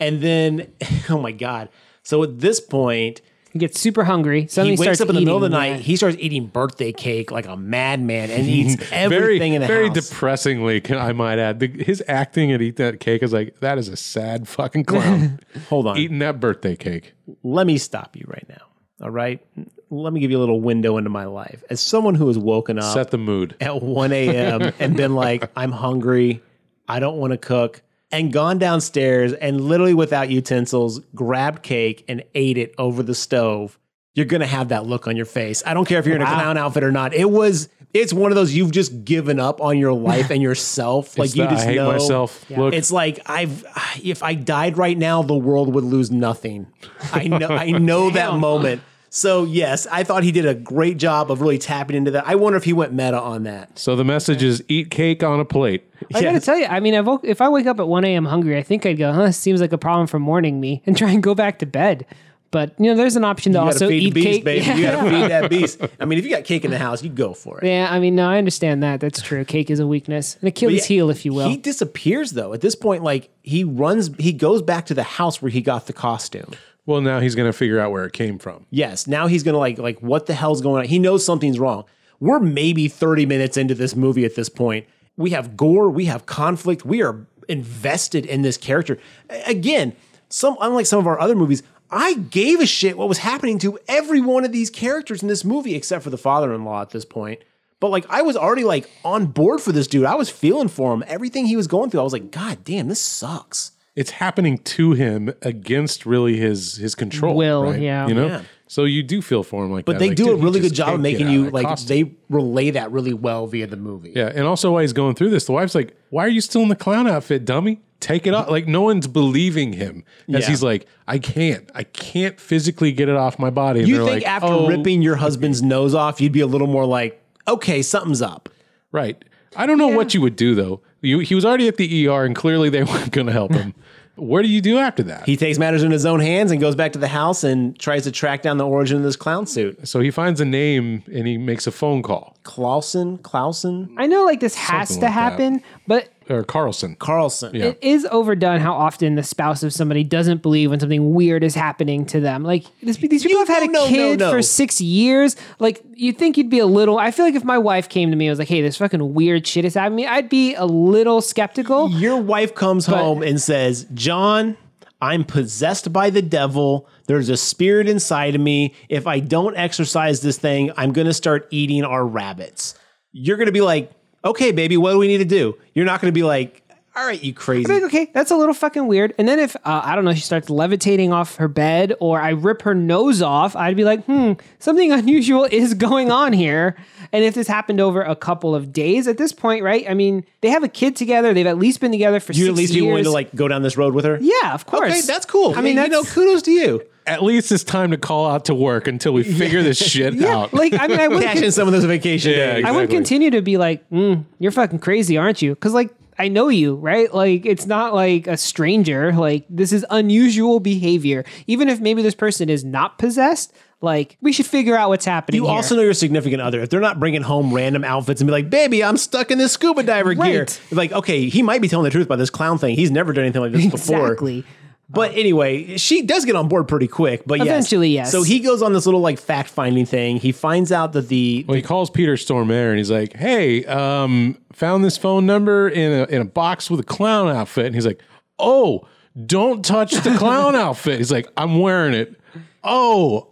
S3: And then, *laughs* oh my God. So at this point,
S1: he gets super hungry.
S3: he
S1: Suddenly
S3: wakes
S1: starts
S3: up in the middle of the
S1: eating
S3: night.
S1: that.
S3: He starts eating birthday cake like a madman
S1: *laughs*
S3: and eats everything
S2: very,
S3: in the
S2: very
S3: house.
S2: depressingly, can, I might add. The, his acting at Eat That Cake is like, that is a sad fucking
S3: *laughs*
S2: clown.
S3: Hold on.
S2: Eating that birthday cake.
S3: let me stop you right now. All right. Let me give you a little window into my life. As someone who has woken up
S2: Set the mood.
S3: at 1 a.m. and been like, I'm hungry. I don't want to cook. And gone downstairs and literally without utensils, grabbed cake and ate it over the stove. You're going to have that look on your face. I don't care if you're in a clown outfit or not. It was, it's one of those you've just given up on your life and yourself. like
S2: It's
S3: you
S2: the
S3: just
S2: I hate
S3: know
S2: myself. Look,
S3: it's like I've if I died right now, the world would lose nothing. I know
S1: *laughs*
S3: I know that moment. So yes, I thought he did a great job of really tapping into that. I wonder if he went meta on that.
S2: so the message is eat cake on a plate.
S1: I gotta tell you, I mean, I woke, if *laughs* I wake up at 1 a.m. hungry, I think I'd go, huh, seems like a problem for morning me and try and go back to bed. But you know, there's an option to
S3: You
S1: also
S3: gotta feed
S1: eat
S3: the beast,
S1: cake.
S3: baby.
S1: Yeah.
S3: You gotta feed that beast. I mean, if you got cake in the house, you go for
S1: *laughs*
S3: it.
S1: Yeah, I mean, no, I understand that. That's true. Cake is a weakness, an
S3: But
S1: Achilles
S3: yeah,
S1: heel, if you will.
S3: He disappears though. At this point, like he runs, he goes back to the house where he got the costume.
S2: Well, now he's going to figure out where it came from.
S3: Yes. Now he's gonna like like what the hell's going on? He knows something's wrong. We're maybe 30 minutes into this movie at this point. We have gore, we have conflict, we are invested in this character. A- Again, some unlike some of our other movies, I gave a shit what was happening to every one of these characters in this movie, except for the father-in-law at this point. But like I was already like on board for this dude. I was feeling for him. Everything he was going through, I was like, God damn, this sucks.
S2: It's happening to him against really his his control.
S1: Will,
S2: right?
S1: yeah.
S2: You know?
S3: Yeah.
S2: So you do feel for him like
S3: But
S2: that.
S3: they
S2: Like,
S3: do
S2: dude,
S3: a
S2: he
S3: really
S2: just
S3: good job of
S2: can't get
S3: making
S2: out
S3: you
S2: that
S3: like
S2: costume.
S3: they relay that really well via the movie.
S2: Yeah, and also while he's going through this, the wife's like, "Why are you still in the clown outfit, dummy? Take it off!" Like no one's believing him as
S3: Yeah.
S2: he's like, "I can't, I can't physically get it off my body." And
S3: You
S2: they're
S3: think
S2: like,
S3: after
S2: "Oh,
S3: ripping your husband's nose off, you'd be a little more like, okay, something's up.
S2: right? I don't know what you would do though. You, he was already at the ER, and clearly they *laughs* weren't going to help him. what do you do after that?
S3: He takes matters in his own hands and goes back to the house and tries to track down the origin of this clown suit.
S2: so he finds a name and he makes a phone call
S3: Clausen, Clausen,
S1: I know, like this has
S2: Something
S1: to
S2: like that.
S1: happen, but
S2: or Carlson.
S3: Carlson.
S2: Yeah.
S1: it is overdone how often the spouse of somebody doesn't believe when something weird is happening to them. Like this, these people
S3: You-
S1: have had
S3: no, no,
S1: a kid
S3: no, no.
S1: for six years. Like you'd think you'd be a little. I feel like if my wife came to me, and was like, "Hey, this fucking weird shit is happening," I'd be a little skeptical.
S3: Your wife comes home and says, John, I'm possessed by the devil. There's a spirit inside of me. If I don't exercise this thing, I'm going to start eating our rabbits. You're going to be like, okay, baby, what do we need to do? You're not going to be like, all right, you crazy.
S1: Like, okay, that's a little fucking weird. And then if uh, I don't know, she starts levitating off her bed, or I rip her nose off, I'd be like, hmm, something *laughs* unusual is going on here. And if this happened over a couple of days, at this point, right? I mean, they have a kid together. They've at least been together for
S3: You'd
S1: six
S3: at least
S1: years.
S3: be willing to like go down this road with her.
S1: yeah, of course.
S3: Okay, that's cool.
S1: I mean,
S3: you
S1: that's,
S3: know, kudos to
S1: *laughs*
S3: you.
S2: At least it's time to call out to work until we figure
S3: *laughs*
S2: this shit
S1: yeah,
S2: out.
S1: like I mean, I would.
S3: Cash in some of those vacation
S2: Yeah,
S3: days.
S1: I would
S2: Exactly.
S1: continue to be like, mm, you're fucking crazy, aren't you? Because like I know you, right? Like it's not like a stranger. Like this is unusual behavior. Even if maybe this person is not possessed, like we should figure out what's happening.
S3: You
S1: here.
S3: also know your significant other. If they're not bringing home random outfits and be like, "Baby, I'm stuck in this scuba diver gear,"
S1: Right.
S3: like, okay, he might be telling the truth about this clown thing. He's never done anything like this before.
S1: exactly.
S3: But anyway, she does get on board pretty quick. But yes.
S1: Eventually, yes.
S3: So he goes on this little like fact finding thing. He finds out that the
S2: Well, he calls Peter Stormare and he's like, "Hey, um, found this phone number in a in a box with a clown outfit." And he's like, "Oh, don't touch the clown outfit." He's like, "I'm wearing it." Oh,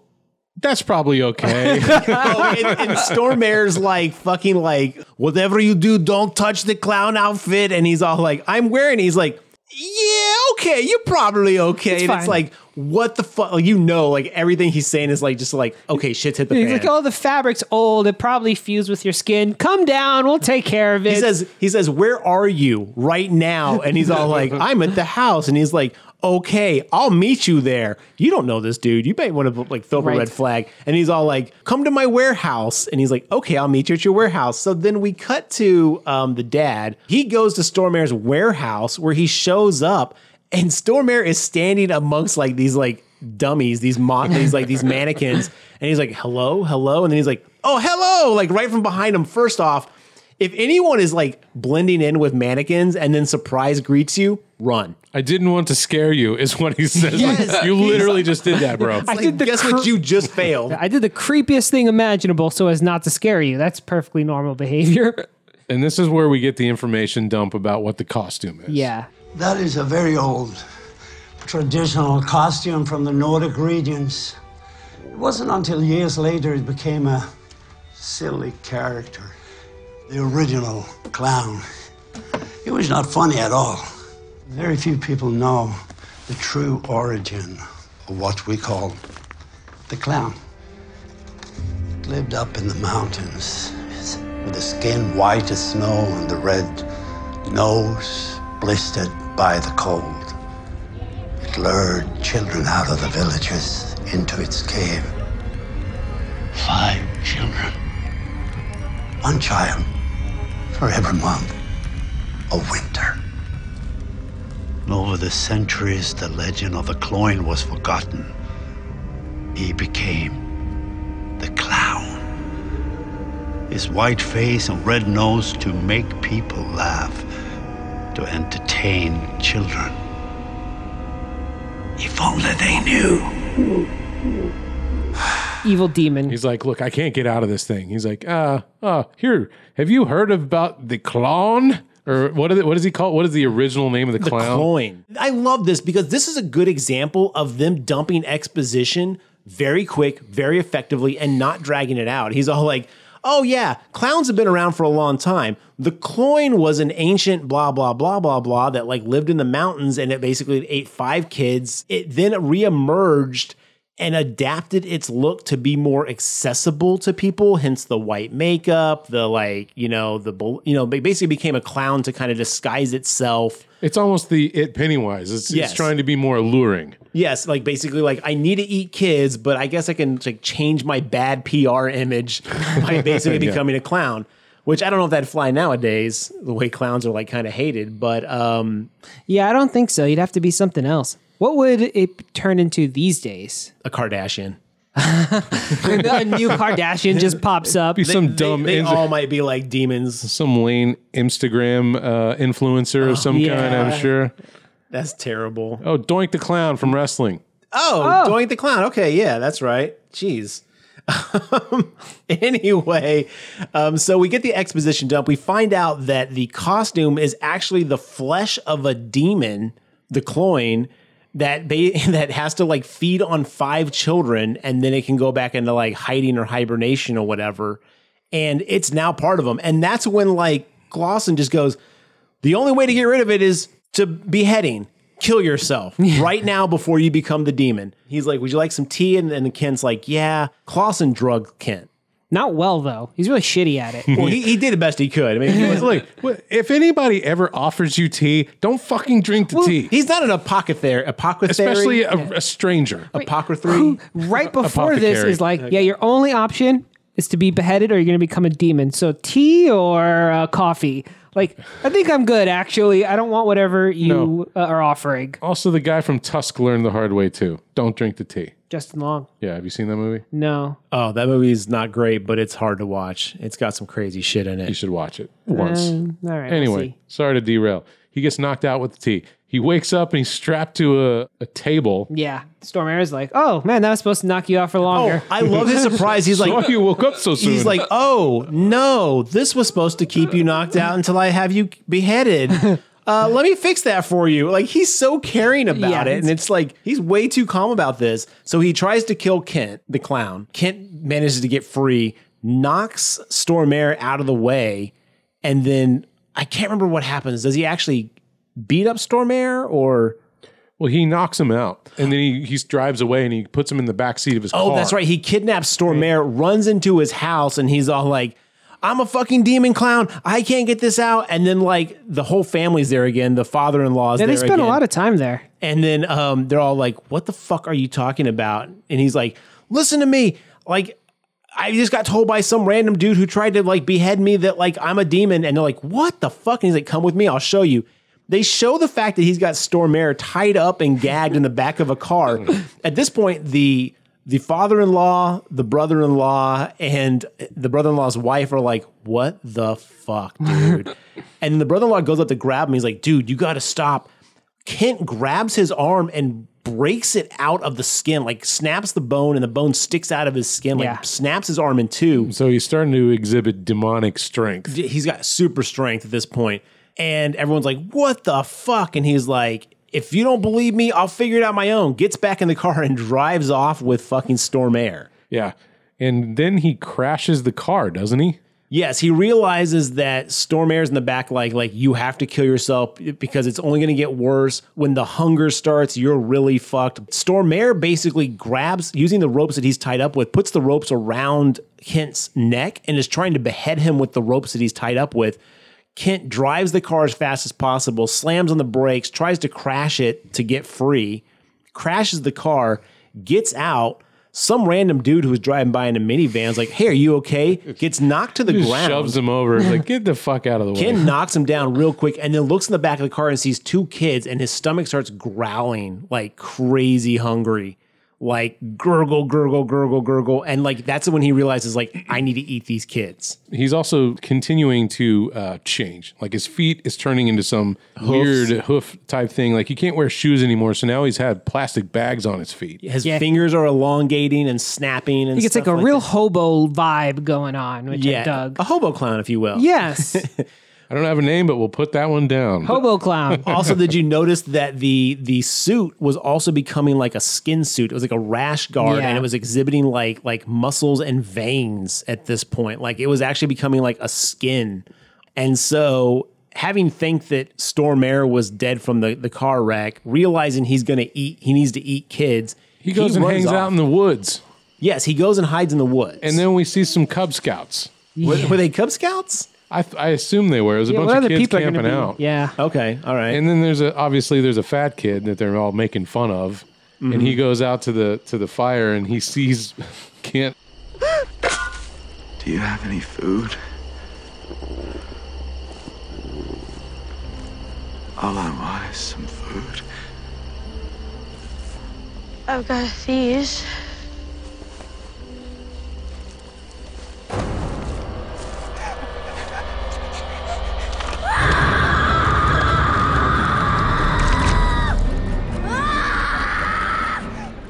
S2: that's probably okay.
S3: *laughs* oh, and, and Stormare's like fucking like whatever you do, don't touch the clown outfit. And he's all like, "I'm wearing." It. He's like, "Yeah, okay, you're probably okay."
S1: It's
S3: and it's
S1: fine.
S3: like, what the fuck? Like, you know, like everything he's saying is like just like, okay, shit's hit the
S1: He's
S3: fan.
S1: like, oh, the fabric's old. It probably fused with your skin. Come down. We'll take care of it.
S3: he says, he says, where are you right now? And he's
S1: *laughs*
S3: all like, I'm at the house. And he's like, okay, I'll meet you there. You don't know this dude. You might want to like throw up a
S1: Right.
S3: red flag. And he's all like, come to my warehouse. And he's like, okay, I'll meet you at your warehouse. So then we cut to um, the dad. He goes to Stormare's warehouse where he shows up and Stormare is standing amongst like these like dummies, these mock, these like
S1: *laughs*
S3: these mannequins. And he's like, hello, hello. And then he's like, oh, hello. Like right from behind him. First off, if anyone is like blending in with mannequins and then surprise greets you, run.
S2: I didn't want to scare you, is what he says. Like,
S3: Yes.
S2: you literally just did that, bro.
S3: Like,
S1: did the
S3: guess
S1: cur-
S3: what? You *laughs* just failed.
S1: I did the creepiest thing imaginable so as not to scare you. That's perfectly normal
S3: *laughs*
S1: behavior.
S2: And this is where we get the information dump about what the costume is.
S1: yeah.
S9: That is a very old traditional costume from the Nordic regions. It wasn't until years later it became a silly character. The original clown. It was not funny at all. Very few people know the true origin of what we call the clown. It lived up in the mountains with the skin white as snow and the red nose blistered by the cold. It lured children out of the villages into its cave. Five children. One child for every month of winter. And over the centuries, the legend of the cloyne was forgotten.
S10: he became the clown. His white face and red nose to make people laugh, to entertain children. If only they knew.
S1: Evil demon.
S2: He's like, look, I can't get out of this thing. He's like, uh, uh, here, have you heard about the clown? Or what, is it, what is he called? What is the original name of the, clown?
S3: Cloying. I love this because this is a good example of them dumping exposition very quick, very effectively, and not dragging it out. He's all like, oh, yeah, clowns have been around for a long time. The cloyne was an ancient blah, blah, blah, blah, blah that like lived in the mountains and it basically ate five kids. It then reemerged and adapted its look to be more accessible to people hence the white makeup the like you know the bul- you know it basically became a clown to kind of disguise itself
S2: It's almost the it Pennywise. It's,
S3: Yes.
S2: it's trying to be more alluring.
S3: Yes, like basically, like I need to eat kids, but I guess I can like change my bad PR image *laughs* by basically
S2: *laughs* Yeah.
S3: becoming a clown. Which I don't know if that'd fly nowadays, the way clowns are like kind of hated. But um,
S1: Yeah, I don't think so. You'd have to be something else. What would it turn into these days?
S3: a Kardashian,
S1: *laughs* a new Kardashian just pops up.
S2: Be some
S3: They-
S2: dumb,
S3: They,
S2: ins-
S3: all might be like demons.
S2: some lame Instagram uh, influencer
S3: Oh,
S2: of some kind.
S1: yeah.
S2: I'm sure.
S3: That's terrible.
S2: Oh, Doink the clown from wrestling.
S3: Oh, Doink the Clown. Okay, yeah, that's right. Jeez. Um, *laughs* anyway, um, so we get the exposition dump. We find out that the costume is actually the flesh of a demon, the cloyne, that ba- *laughs* that has to like feed on five children, and then it can go back into like hiding or hibernation or whatever. And it's now part of them. And that's when like Glosson just goes, the only way to get rid of it is to beheading.
S2: *laughs*
S3: Kill yourself right now before you become the demon. He's like, Would you like some tea? And then Kent's like, Yeah. Clausen drugged Kent.
S1: Not well though. He's really shitty at
S3: *laughs*
S1: it.
S3: Well, he, he did the best he could. I mean, he
S2: It's
S3: was,
S2: like, what- if anybody ever offers you tea, don't fucking drink the tea,
S3: he's not an apothecary. Apothecary.
S2: especially a, a stranger.
S3: apothecary.
S1: right before this
S2: Apothecary.
S1: is like, yeah, your only option is to be beheaded or you're going to become a demon. So tea or uh, coffee. Like, I think I'm good actually. I don't want whatever you uh, are offering.
S2: Also, the guy from Tusk learned the hard way too. Don't drink the tea.
S1: Justin Long.
S2: Yeah, have you seen that movie?
S1: No.
S3: Oh, that movie's not great, but it's hard to watch. It's got some crazy shit in
S2: You
S3: it.
S2: should watch it once.
S3: Mm,
S1: Mm, All right. we'll
S2: anyway,
S1: see.
S2: sorry to derail. He gets knocked out with the tea. He wakes up and he's strapped to a, a table. *laughs*
S1: yeah. Storm Air is like, "Oh, man, that was supposed to knock you out for longer."
S3: Oh, I love his surprise.
S2: *laughs*
S3: He's
S2: Like,
S3: like,
S2: you woke up so soon.
S3: He's like, oh no, this was supposed to keep you knocked out until I have you beheaded. Uh, let me fix that for you. Like he's so caring about
S1: Yeah.
S3: it, and it's like he's way too calm about this. So he tries to kill Kent, the clown. Kent manages to get free, knocks Stormare out of the way, and then I can't remember what happens. Does he actually beat up Stormare or?
S2: well, he knocks him out, and then he, he drives away and he puts him in the back seat of his
S3: Oh,
S2: car.
S3: that's right. He kidnaps Stormare, runs into his house, and he's all like, I'm a fucking demon clown. I can't get this out. And then, like, the whole family's there again. The father in law's
S1: yeah,
S3: there.
S1: they spent a lot of time there.
S3: And then um, they're all like, What the fuck are you talking about? And he's like, Listen to me. Like, I just got told by some random dude who tried to like behead me that like I'm a demon. And they're like, What the fuck? And he's like, Come with me. I'll show you. They show the fact that he's got Stormare tied up and gagged in the back of a car. At this point, the the father-in-law, the brother-in-law, and the brother-in-law's wife are like, "What the fuck, dude?" and the brother-in-law goes up to grab him. He's like, "Dude, you got to stop." Kent grabs his arm and breaks it out of the skin, like snaps the bone, and the bone sticks out of his skin, like
S1: Yeah.
S3: snaps his arm in two.
S2: So he's starting to exhibit demonic strength.
S3: He's got super strength at this point, and everyone's like, "What the fuck?" And he's like, "If you don't believe me, I'll figure it out my own." Gets back in the car and drives off with fucking Storm Air.
S2: Yeah. And then he crashes the car, doesn't he?
S3: Yes, he realizes that Stormare's in the back, like, like you have to kill yourself because it's only going to get worse. When the hunger starts, you're really fucked. Stormare basically grabs, using the ropes that he's tied up with, puts the ropes around Kent's neck and is trying to behead him with the ropes that he's tied up with. Kent drives the car as fast as possible, slams on the brakes, tries to crash it to get free, crashes the car, gets out. Some random dude who was driving by in a minivan's like, "Hey, are you okay?" Gets knocked
S2: *laughs*
S3: to the
S2: Just
S3: ground.
S2: shoves him over. He's like, get the fuck out of the way.
S3: Ken knocks him down real quick and then looks in the back of the car and sees two kids, and his stomach starts growling like crazy hungry. like gurgle, gurgle, gurgle, gurgle, and like that's when he realizes like I need to eat these kids.
S2: He's also continuing to uh, change. Like his feet is turning into some weird hoof type thing. Like he can't wear shoes anymore, so now he's had plastic bags on his feet.
S3: His
S1: Yeah.
S3: fingers are elongating and snapping, and
S1: He gets like a
S3: stuff
S1: real
S3: that.
S1: hobo vibe going on, which I
S3: yeah, Oh.
S1: dug.
S3: a hobo clown, if you will. *laughs*
S1: Yes,
S2: I don't have a name, but we'll put that one down.
S1: hobo clown.
S3: also, did you notice that the the suit was also becoming like a skin suit? It was like a rash guard,
S1: Yeah.
S3: and it was exhibiting like like muscles and veins at this point. Like it was actually becoming like a skin. And so, having think that Stormare was dead from the the car wreck, realizing he's going to eat, he needs to eat kids.
S2: he goes and
S3: runs
S2: hangs
S3: off.
S2: out in the woods,
S3: Yes, he goes and hides in the woods.
S2: and then we see some Cub Scouts.
S3: were, were they Cub Scouts?
S2: I, I assume they were. It was a
S1: Yeah,
S2: bunch of kids camping
S1: gonna
S2: out.
S1: Yeah,
S3: Okay, all right.
S2: And then there's a obviously there's a fat kid that they're all making fun of, and
S1: Mm-hmm.
S2: he goes out to the to the fire and he sees *laughs* Kent.
S10: Do you have any food? All I want is some
S11: *laughs*
S10: food.
S12: I've got these.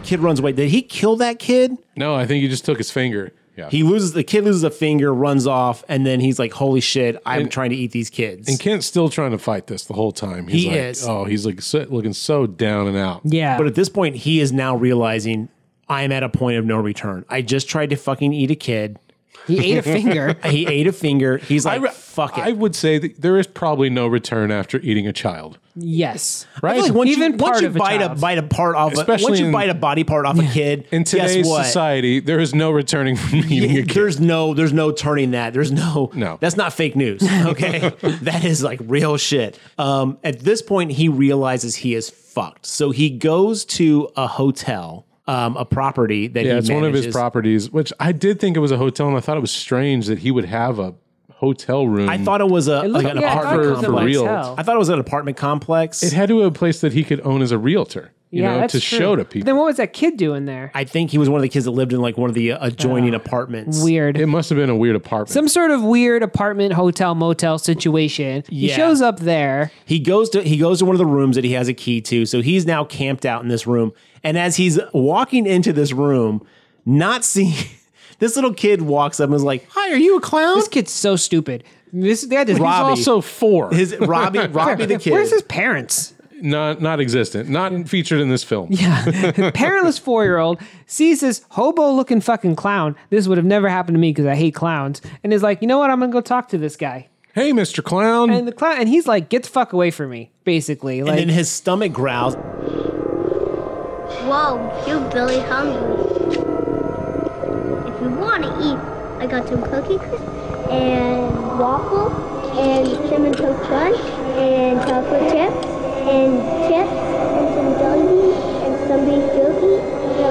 S3: kid runs away. Did he kill that kid?
S2: No, I think he just took his finger. Yeah.
S3: He loses the kid loses a finger, runs off, and then he's like, "Holy shit! I'm
S2: And-
S3: trying to eat these kids."
S2: and Kent's still trying to fight this the whole time. He's
S3: He
S2: like,
S3: is.
S2: Oh, he's like so, looking so down and out.
S1: yeah.
S3: but at this point, he is now realizing I am at a point of no return. I just tried to fucking eat a kid.
S1: he
S3: *laughs*
S1: ate a finger.
S3: He ate a finger. He's
S2: I
S3: like,
S2: re-
S3: "Fuck it."
S2: I would say that there is probably no return after eating a child.
S1: *laughs* yes,
S2: Right?
S3: Like once
S1: Even
S3: you, once
S1: part
S3: you
S1: of a
S3: bite a
S1: child.
S3: bite a part off, a,
S2: Especially
S3: once you
S2: in-
S3: bite a body part off a kid,
S2: in today's
S3: guess what?
S2: society, there is no returning from eating a kid.
S3: There's no, there's no turning that. There's no,
S2: No.
S3: That's not fake news.
S2: *laughs*
S3: Okay, that is like real shit. Um, at this point, he realizes he is fucked. So he goes to a hotel, um, a property that
S2: Yeah,
S3: he
S2: it's one of his
S3: manages.
S2: properties, which I did think it was a hotel, and I thought it was strange that he would have a hotel room.
S3: I thought it was a
S1: looked-
S3: like an
S1: yeah, I thought
S3: apartment
S1: it was a
S3: complex.
S1: motel.
S3: I thought it was an apartment complex.
S2: It had to be a place that he could own as a realtor, you
S1: yeah,
S2: know,
S1: that's
S2: to
S1: true.
S2: show to people.
S1: Then what was that kid doing there?
S3: I think he was one of the kids that lived in like one of the uh, adjoining apartments.
S1: Weird.
S2: it must have been a weird apartment.
S1: Some sort of weird apartment, hotel, motel situation. He
S3: Yeah.
S1: shows up there.
S3: He goes to he goes to one of the rooms that he has a key to. So he's now camped out in this room. And as he's walking into this room, not seeing *laughs* this little kid walks up and is like, "Hi, are you a clown?"
S1: This kid's so stupid. This that is
S2: He's
S3: Rob- Robbie.
S2: also four,
S3: *laughs* His Robbie Robbie the kid.
S1: Where's his parents? *laughs*
S2: not not existent, not featured in this film.
S1: Yeah, parentless four year old sees this hobo looking fucking clown. This would have never happened to me because I hate clowns. And is like, you know what? I'm gonna go talk to this guy.
S2: Hey, Mr. Clown.
S1: And the clown, and he's like, get the fuck away from me, basically.
S3: and
S1: Like,
S3: then his stomach growls.
S5: Whoa, you Billy hungry. If you want to eat, I got some cookie crisp and waffle and cinnamon toast crunch and chocolate chips and chips and some jelly beans and some beef jerky and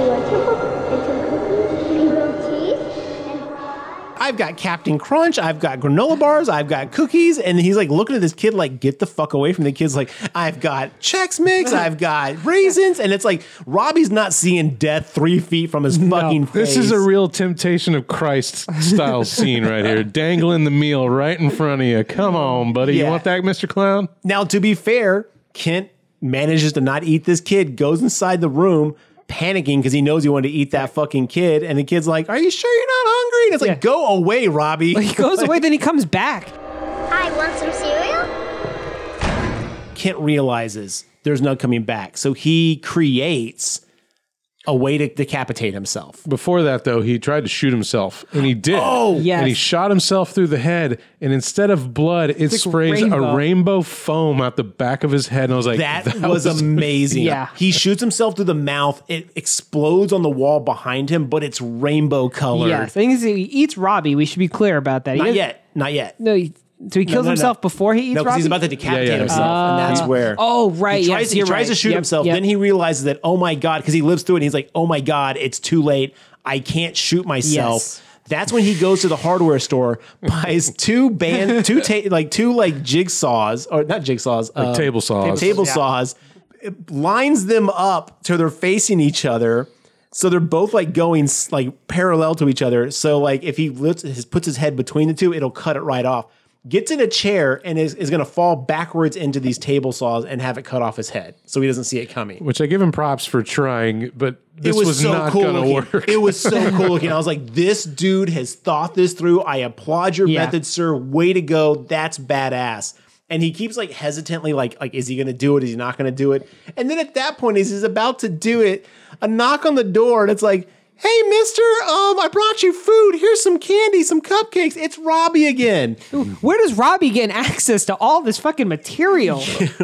S5: lunchable and some cookies and grilled cheese and fries.
S3: I've got Captain Crunch, I've got granola bars, I've got cookies, and he's like looking at this kid like, "Get the fuck away from the kid's like, "I've got Chex Mix, I've got raisins." And it's like Robbie's not seeing death 3 feet from his fucking face.
S2: this is a real temptation of Christ
S3: *laughs*
S2: style scene right here, dangling the meal right in front of you. Come on, buddy. You
S3: Yeah.
S2: want that, Mr. Clown?
S3: Now, to be fair, Kent manages to not eat this kid, goes inside the room, panicking because he knows he wanted to eat that fucking kid. And the kid's like, Are you sure you're not hungry? And it's like,
S1: Yeah.
S3: Go away, Robbie.
S1: *laughs* he goes away, then he comes back.
S5: Hi, want some cereal?
S3: *laughs* Kent realizes there's no coming back. So he creates a way to decapitate himself.
S2: Before that, though, he tried to shoot himself, and he did. Oh,
S1: yes.
S2: And he shot himself through the head, and instead of blood, it
S1: like
S2: sprays
S1: rainbow.
S2: a rainbow foam out the back of his head. And I was like,
S3: That, was, amazing.
S1: *laughs* Yeah.
S3: He shoots himself through the mouth. It explodes on the wall behind him, but it's rainbow colored.
S1: Yes, I think it's- he eats Robbie. We should be clear about that. He
S3: Not
S1: doesn't-
S3: yet. Not yet.
S1: No, he, so he kills
S3: no, no.
S1: himself before he eats
S3: No, because
S1: Robbie.
S3: he's about to decapitate
S2: Yeah, yeah.
S3: himself, and that's where.
S1: Oh, right,
S3: He
S1: yes,
S3: tries, he
S1: you're right.
S3: tries to shoot
S1: Yep,
S3: himself.
S1: yep.
S3: Then he realizes that oh my god, because he lives through it. and He's like, oh my god, it's too late. I can't shoot myself.
S1: Yes.
S3: That's when he goes to the hardware store, *laughs* buys two band, two ta- like two like jigsaws or not jigsaws, uh,
S2: table saws.
S3: table saws, lines them up so they're facing each other. So they're both like going s- like parallel to each other. So like if he lifts his, puts his head between the two, it'll cut it right off. Gets in a chair and is, is going to fall backwards into these table saws and have it cut off his head, so he doesn't see it coming.
S2: Which I give him props for trying, but this
S3: it
S2: was,
S3: was, so
S2: not
S3: cool
S2: gonna
S3: looking.
S2: work.
S3: It was so cool looking. I was like, this dude has thought this through. I applaud your
S1: Yeah.
S3: method, sir. Way to go. That's badass. And he keeps like hesitantly, like, like, is he gonna do it? Is he not gonna do it? And then at that point, as he's about to do it, a knock on the door, and it's like, hey, mister, um, I brought you food. Here's some candy, some cupcakes. It's Robbie again.
S1: Where does Robbie get *laughs* access to all this fucking
S3: *laughs*
S1: material?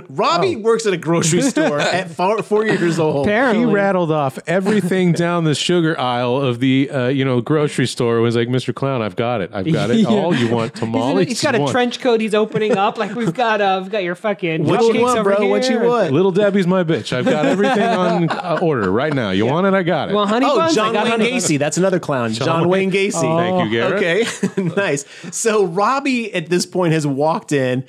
S3: Robbie works at a grocery store at four, four years old.
S1: Apparently.
S2: He rattled off
S1: *laughs*
S2: everything down the sugar aisle of the uh, you know grocery store. Was like, Mister Clown, I've got it. I've got
S1: *laughs*
S2: it.
S1: Yeah.
S2: All you want
S1: He's in a-
S2: tamales.
S1: he's got a
S2: you want.
S1: trench coat he's opening up. Like we've got uh, we've got your fucking
S3: What you
S1: cupcakes
S3: want,
S1: over
S3: bro? What you
S1: here.
S3: want?
S2: Little Debbie's my bitch. I've got
S1: *laughs*
S2: everything on uh, order right now. You want it? I got it.
S1: Well, honey
S3: oh,
S1: buns. I
S3: John
S1: got
S3: Wayne
S1: honey buns.
S3: Gacy. That's another clown. John, Wayne
S2: Wayne-
S3: Gacy.
S2: Thank you, Garrett.
S3: Okay, *laughs* nice. So Robbie at this point has walked in.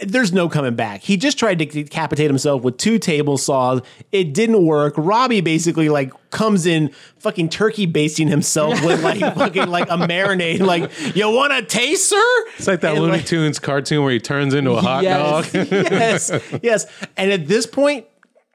S3: Eh, There's no coming back. He just tried to decapitate himself with two table saws. It didn't work. Robbie basically like comes in fucking turkey basting himself
S2: *laughs*
S3: with like fucking like a marinade. Like, you want a taste, sir?
S2: It's like that
S3: And,
S2: Looney
S3: like- *laughs*
S2: Tunes cartoon where he turns into a hot
S1: Yes. *laughs*
S2: dog. *laughs*
S3: yes, yes. And at this point,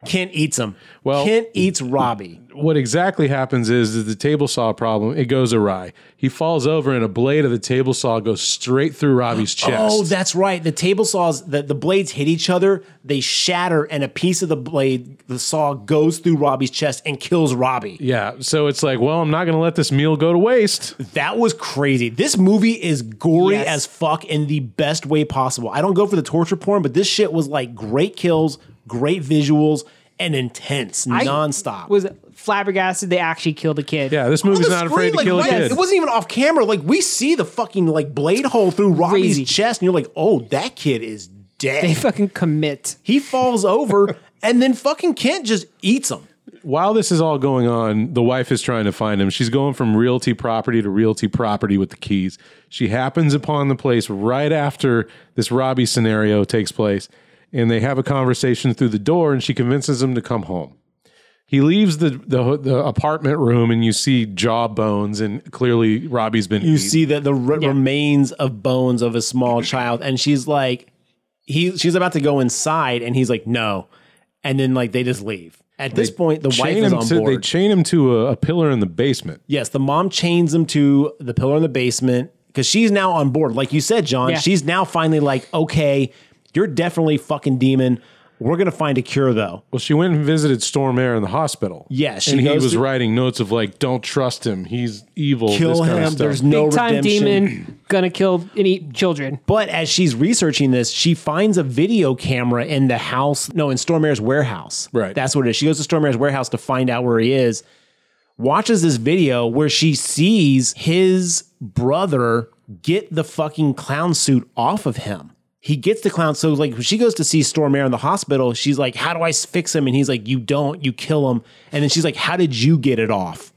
S3: Kent eats him.
S2: Well-
S3: Kent eats Robbie.
S2: what exactly happens is that the table saw problem it goes awry. He falls over and a blade of the table saw goes straight
S1: *gasps*
S2: through Robbie's chest.
S3: Oh, that's right. The table saws, the, the blades hit each other, they shatter, and a piece of the blade, the saw, goes through Robbie's chest and kills Robbie.
S2: yeah. So it's like, well, I'm not going to let this meal go to waste.
S3: That was crazy. This movie is gory
S1: Yes.
S3: as fuck in the best way possible. I don't go for the torture porn, but this shit was like great kills, great visuals, and intense,
S1: I
S3: nonstop.
S1: Was flabbergasted. They actually killed a kid.
S2: Yeah, this
S3: On
S2: movie's
S3: the
S2: not afraid
S3: screen, like,
S2: to kill a
S3: right-
S2: kid.
S3: It wasn't even off camera. Like we see the fucking like blade hole through Robbie's
S1: Crazy.
S3: chest, and you're like, oh, that kid is dead.
S1: They fucking commit.
S3: He falls *laughs* over, and then fucking Kent just eats him.
S2: While this is all going on, the wife is trying to find him. She's going from realty property to realty property with the keys. She happens upon the place right after this Robbie scenario takes place, and they have a conversation through the door, and she convinces him to come home. He leaves the the, the apartment room, and you see jaw bones, and clearly Robbie's been.
S3: You
S2: eaten.
S3: see that the re- remains of bones of a small child, and she's like, he she's about to go inside, and he's like, no, and then like they just leave. At this point, the wife
S2: chain
S3: is
S2: him
S3: on
S2: to,
S3: board.
S2: They chain him to a, a pillar in the basement.
S3: Yes, the mom chains him to the pillar in the basement because she's now on board. Like you said, John,
S1: Yeah.
S3: she's now finally like, okay, you're definitely fucking demon. We're gonna find a cure though.
S2: Well, she went and visited Storm Air in the hospital.
S3: Yeah, she
S2: and he
S3: goes
S2: was
S3: to-
S2: writing notes of like, "Don't trust him. He's evil. this
S3: Kill
S2: kind of
S3: him.
S2: stuff.
S3: There's no
S1: Big time
S3: redemption.
S1: demon gonna kill and eat children.
S3: But as she's researching this, she finds a video camera in the house. No, in Stormare's warehouse.
S2: Right.
S3: That's what it is. She goes to Stormare's warehouse to find out where he is. Watches this video where she sees his brother get the fucking clown suit off of him. He gets the clown. So, like, when she goes to see Stormare in the hospital, she's like, How do I fix him? And he's like, You don't, you kill him. And then she's like, How did you get it off?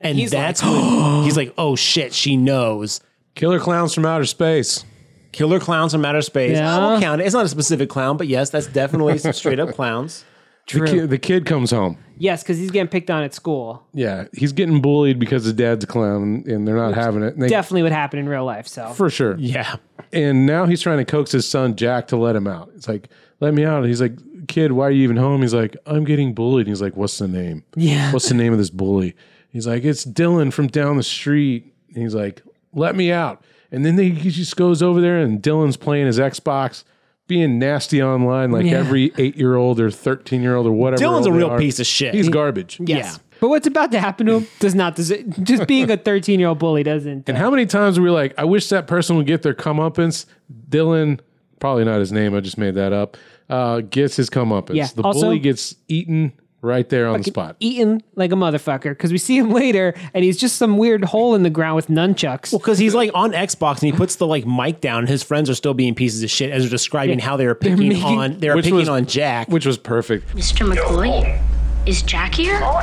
S3: And
S1: He's
S3: that's when he's like, Oh shit, she knows.
S2: Killer clowns from outer space.
S3: Killer clowns from outer space.
S1: Yeah.
S3: I will count it. It's not a specific clown, but yes, that's definitely some straight up clowns.
S2: The kid, the kid comes home.
S1: Yes, because he's getting picked on at school.
S2: Yeah, he's getting bullied because his dad's a clown, and they're not having it. And they-
S1: Definitely would happen in real life. So
S2: for sure.
S3: Yeah.
S2: And now he's trying to coax his son Jack to let him out. It's like, let me out. He's like, kid, why are you even home? He's like, I'm getting bullied. He's like, what's the name?
S1: Yeah.
S2: What's the name of this bully? He's like, it's Dylan from down the street. And he's like, let me out. And then they, he just goes over there, and Dylan's playing his Xbox, being nasty online, like
S1: Yeah.
S2: every eight year old or thirteen year old or whatever.
S3: Dylan's a
S2: old they
S3: real
S2: are.
S3: piece of shit.
S2: He's garbage.
S1: yes. But what's about to happen to him does not deserve. Just being a 13 year old bully doesn't.
S2: And how many times were we like, I wish that person would get their comeuppance? Dylan, probably not his name. I just made that up. Uh, gets his comeuppance.
S1: Yeah,
S2: The
S1: also-
S2: bully gets eaten right there on the spot.
S1: Eaten like a motherfucker because we see him later and he's just some weird hole in the ground with nunchucks.
S3: Well, because he's like on Xbox and he puts the like mic down, and his friends are still being pieces of shit as they're describing how they are picking
S1: making-
S3: on they're
S2: Which
S3: picking
S2: was-
S3: on Jack.
S2: Which was perfect.
S12: Mr. McCoy? Is Jack here?
S5: Colton,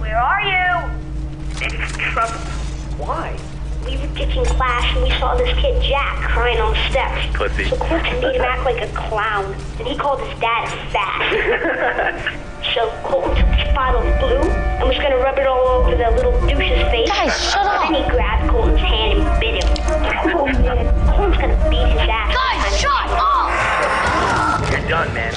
S5: where are you?
S11: It's trouble. Why?
S5: We were teaching class and we saw this kid Jack crying on the steps.
S11: Pussy.
S5: So Colton made him act like a clown, and he called his dad a fat. so Colton took this bottle of glue and was gonna rub
S11: the little douche's face.
S12: Guys, shut
S11: up! And then he grabbed Colton's hand and bit him. *laughs* Colton, Colton's gonna beat his ass. Guys, shut up! You're done, man.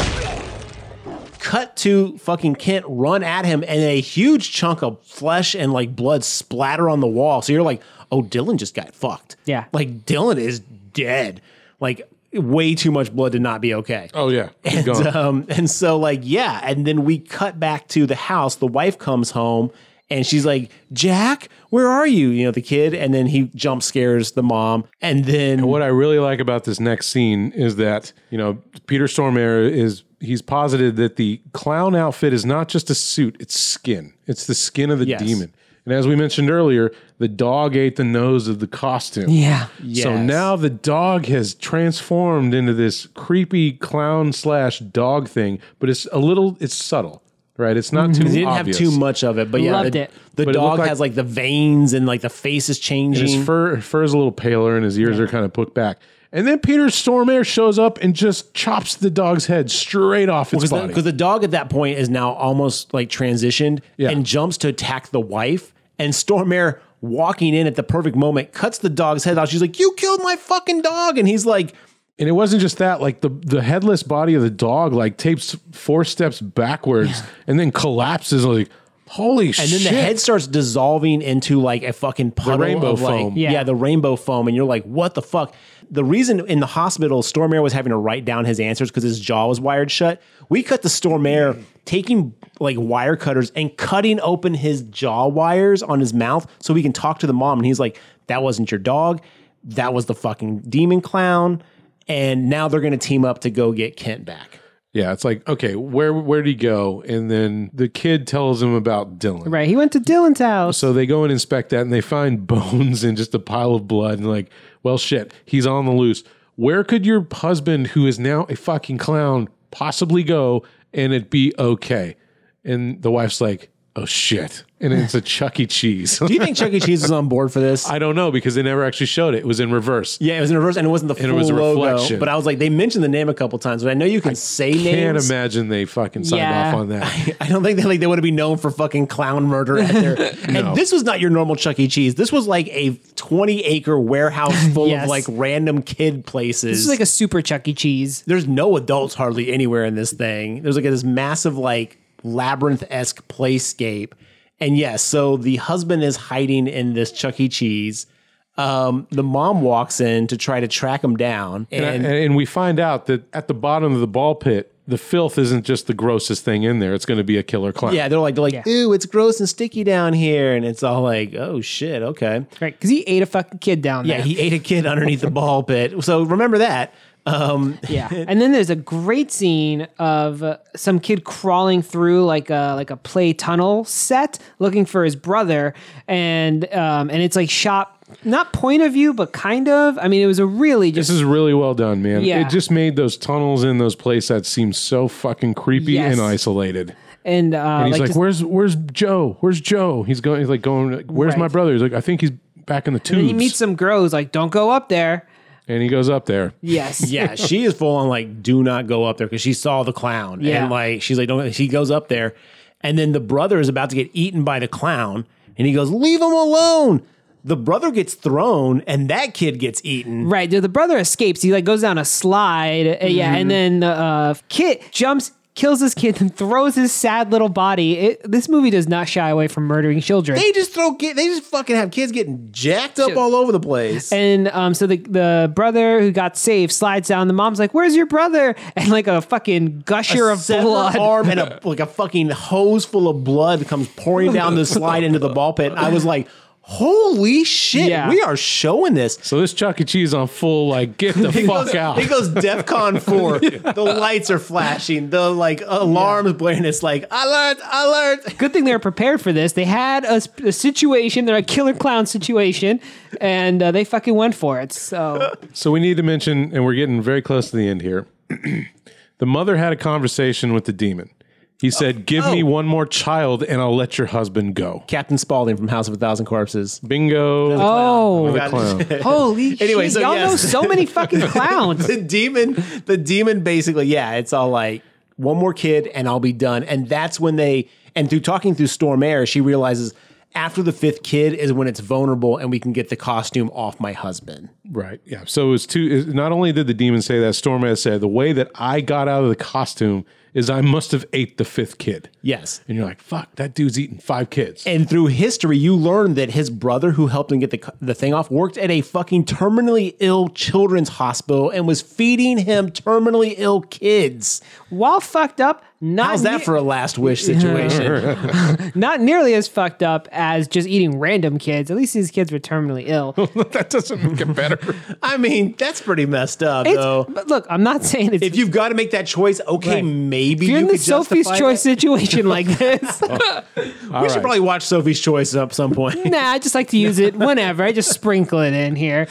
S3: Cut to fucking Kent run at him and a huge chunk of flesh and like blood splatter on the wall. So you're like, oh, Dylan just got fucked.
S1: Yeah.
S3: Like Dylan is dead. Like way too much blood to not be okay.
S2: Oh yeah, He's
S3: And,
S2: gone.
S3: um, and so, like, yeah. And then we cut back to the house. The wife comes home and she's like, Jack, where are you? You know, the kid. And then he jump scares the mom. And then
S2: what I really like about this next scene is that you know Peter Stormare is he's posited that the clown outfit is not just a suit; it's skin. It's the skin of the
S3: Yes.
S2: demon. And as we mentioned earlier, the dog ate the nose of the costume.
S1: Yeah.
S2: So
S1: Yes.
S2: now the dog has transformed into this creepy clown slash dog thing, but it's a little it's subtle, right? It's not too.
S3: They Mm-hmm. didn't
S2: obvious.
S3: have too much of it, but yeah,
S1: Loved
S3: the,
S1: it.
S3: the
S2: But it
S3: dog
S2: looked like-
S3: has like the veins and like the face is changing.
S2: And his fur fur's a little paler and his ears are kind of put back. And then Peter Stormare shows up and just chops the dog's head straight off its
S3: because
S2: body.
S3: the, 'cause the dog at that point is now almost like transitioned and jumps to attack the wife and Stormare walking in at the perfect moment cuts the dog's head off she's like you killed my fucking dog and he's like
S2: and it wasn't just that, like the, the headless body of the dog like tapes four steps backwards and then collapses like holy
S3: and
S2: shit.
S3: then the head starts dissolving into like a fucking puddle
S2: rainbow
S3: of, like-
S2: foam.
S3: Yeah.
S2: Yeah.
S3: the rainbow foam, and you're like, what the fuck? The reason in the hospital, Stormare was having to write down his answers because his jaw was wired shut. We cut to Stormare taking like wire cutters and cutting open his jaw wires on his mouth so he can talk to the mom. And he's like, that wasn't your dog. That was the fucking demon clown. And now they're going to team up to go get Kent back.
S2: Yeah, it's like, okay, where where'd he go? And then the kid tells him about Dylan.
S1: Right. He went to Dylan's house.
S2: So they go and inspect that and they find *laughs* bones and just a pile of blood and like, well shit, he's on the loose. Where could your husband, who is now a fucking clown, possibly go and it be okay? And the wife's like, Oh shit. And it's
S3: *laughs*
S2: a Chuck E. Cheese. *laughs*
S3: Do you think Chuck E. Cheese is on board for this?
S2: I don't know because they never actually showed it. It was in reverse.
S3: Yeah, it was in reverse, and it wasn't the
S2: And it
S3: full
S2: was a
S3: logo.
S2: reflection.
S3: But I was like, they mentioned the name a couple times, but I know you can say
S2: Can't
S3: names.
S2: imagine they fucking signed
S3: Yeah.
S2: off on
S3: *laughs*
S2: that.
S3: I don't think they like they want to be known for fucking clown murder
S2: *laughs*
S3: at their. And this was not your normal Chuck E. Cheese. This was like a twenty acre warehouse
S2: *laughs*
S3: full
S1: Yes.
S3: of like random kid places.
S1: this is like a super Chuck E. Cheese.
S3: There's no adults hardly anywhere in this thing. There's like this massive like labyrinth esque playscape. And yes, so the husband is hiding in this Chuck E. Cheese. Um, the mom walks in to try to track him down,
S2: And, I- and, we find out that at the bottom of the ball pit, the filth isn't just the grossest thing in there. It's going to be a killer clown.
S3: Yeah, they're like, they're like, ooh, it's gross and sticky down here, and it's all like, oh shit, okay.
S1: Right. Because he ate a fucking kid down
S3: Yeah,
S1: there.
S3: he ate a kid underneath the ball pit. So remember that. Um,
S1: *laughs* yeah. And then there's a great scene of uh, some kid crawling through like a like a play tunnel set looking for his brother and um and it's like shot not point of view but kind of. I mean it was a really
S2: This
S1: just
S2: is really well done, man.
S1: Yeah.
S2: It just made those tunnels in those playsets seem so fucking creepy
S1: Yes.
S2: and isolated.
S1: and uh
S2: And he's like,
S1: just-
S2: "Where's where's Joe? Where's Joe?" He's going. He's like going. Where's
S1: Right.
S2: my brother? He's like, "I think he's back in the
S1: and
S2: tubes."
S1: then he meets some girl who's like don't go up there.
S2: And he goes up there.
S1: Yes.
S3: *laughs* yeah, she is full on like, do not go up there because she saw the clown.
S1: Yeah.
S3: And like, she's like, don't, she goes up there. And then the brother is about to get eaten by the clown. And he goes, leave him alone. The brother gets thrown and that kid gets eaten.
S1: Right. The the brother escapes. He like goes down a slide. Uh, Yeah. And
S2: Mm-hmm.
S1: then uh, Kit jumps, kills this kid, and throws his sad little body. It, this movie does not shy away from murdering children.
S3: They just throw, ki- they just fucking have kids getting jacked up all over the place.
S1: and um, so the the brother who got saved slides down. The mom's like, "Where's your brother?" *laughs* And like a fucking gusher of
S3: severed
S1: blood.
S3: arm and *laughs* a, like a fucking hose full of blood comes pouring down the slide into the ball pit. And I was like, holy shit,
S1: Yeah.
S3: we are showing this.
S2: So this Chuck E. Cheese on full like,
S1: *laughs*
S2: get the
S3: It
S2: fuck
S3: goes,
S2: out.
S3: It goes *laughs* DEFCON four. The lights are flashing. The like alarms blaring. It's like alert, alert.
S1: Good thing they were prepared for this. They had a, sp- a situation. They're a killer clown situation, and uh, they fucking went for it. So
S2: So we need to mention, and we're getting very close to the end here. *clears throat* the mother had a conversation with the demon. He said, "Give me
S3: oh.
S2: one more child, and I'll let your husband go."
S3: Captain Spaulding from House of a Thousand Corpses.
S2: Bingo.
S1: oh.
S2: The
S1: *laughs*
S2: clown.
S3: *laughs*
S1: Holy
S3: Anyway,
S1: shit.
S3: so
S1: Y'all know
S3: yes.
S1: so many
S3: *laughs*
S1: fucking clowns.
S3: the demon the demon basically yeah it's all like one more kid and i'll be done and that's when they and through talking through storm air she realizes after the fifth kid is when it's vulnerable and we can get the costume off my husband.
S2: Right. Yeah. So it was two. is- Not only did the demon say that, Storm has said the way that I got out of the costume is I must have ate the fifth kid.
S3: Yes.
S2: And you're like, fuck, that dude's eating five kids.
S3: And through history, you learn that his brother, who helped him get the, co- the thing off, worked at a fucking terminally ill children's hospital and was feeding him terminally ill kids.
S1: While fucked up, not
S3: How's that
S1: ne-
S3: for a last wish
S1: *laughs*
S3: situation?
S1: Not nearly as fucked up as just eating random kids. At least these kids were terminally ill.
S2: *laughs*
S3: Oh,
S2: that doesn't get better.
S3: I mean, that's pretty messed up,
S1: It's-
S3: though.
S1: But look, I'm not saying it's.
S3: If you've got to make that choice, okay,
S1: Right.
S3: maybe
S1: if you're
S3: you
S1: in the
S3: could
S1: Sophie's
S3: justify
S1: Choice
S3: that. Oh.
S1: situation
S3: *laughs*
S1: like this,
S3: we should probably watch Sophie's Choice up some
S1: *laughs*
S3: point.
S1: nah, I just like to use it whenever. I just sprinkle it in here.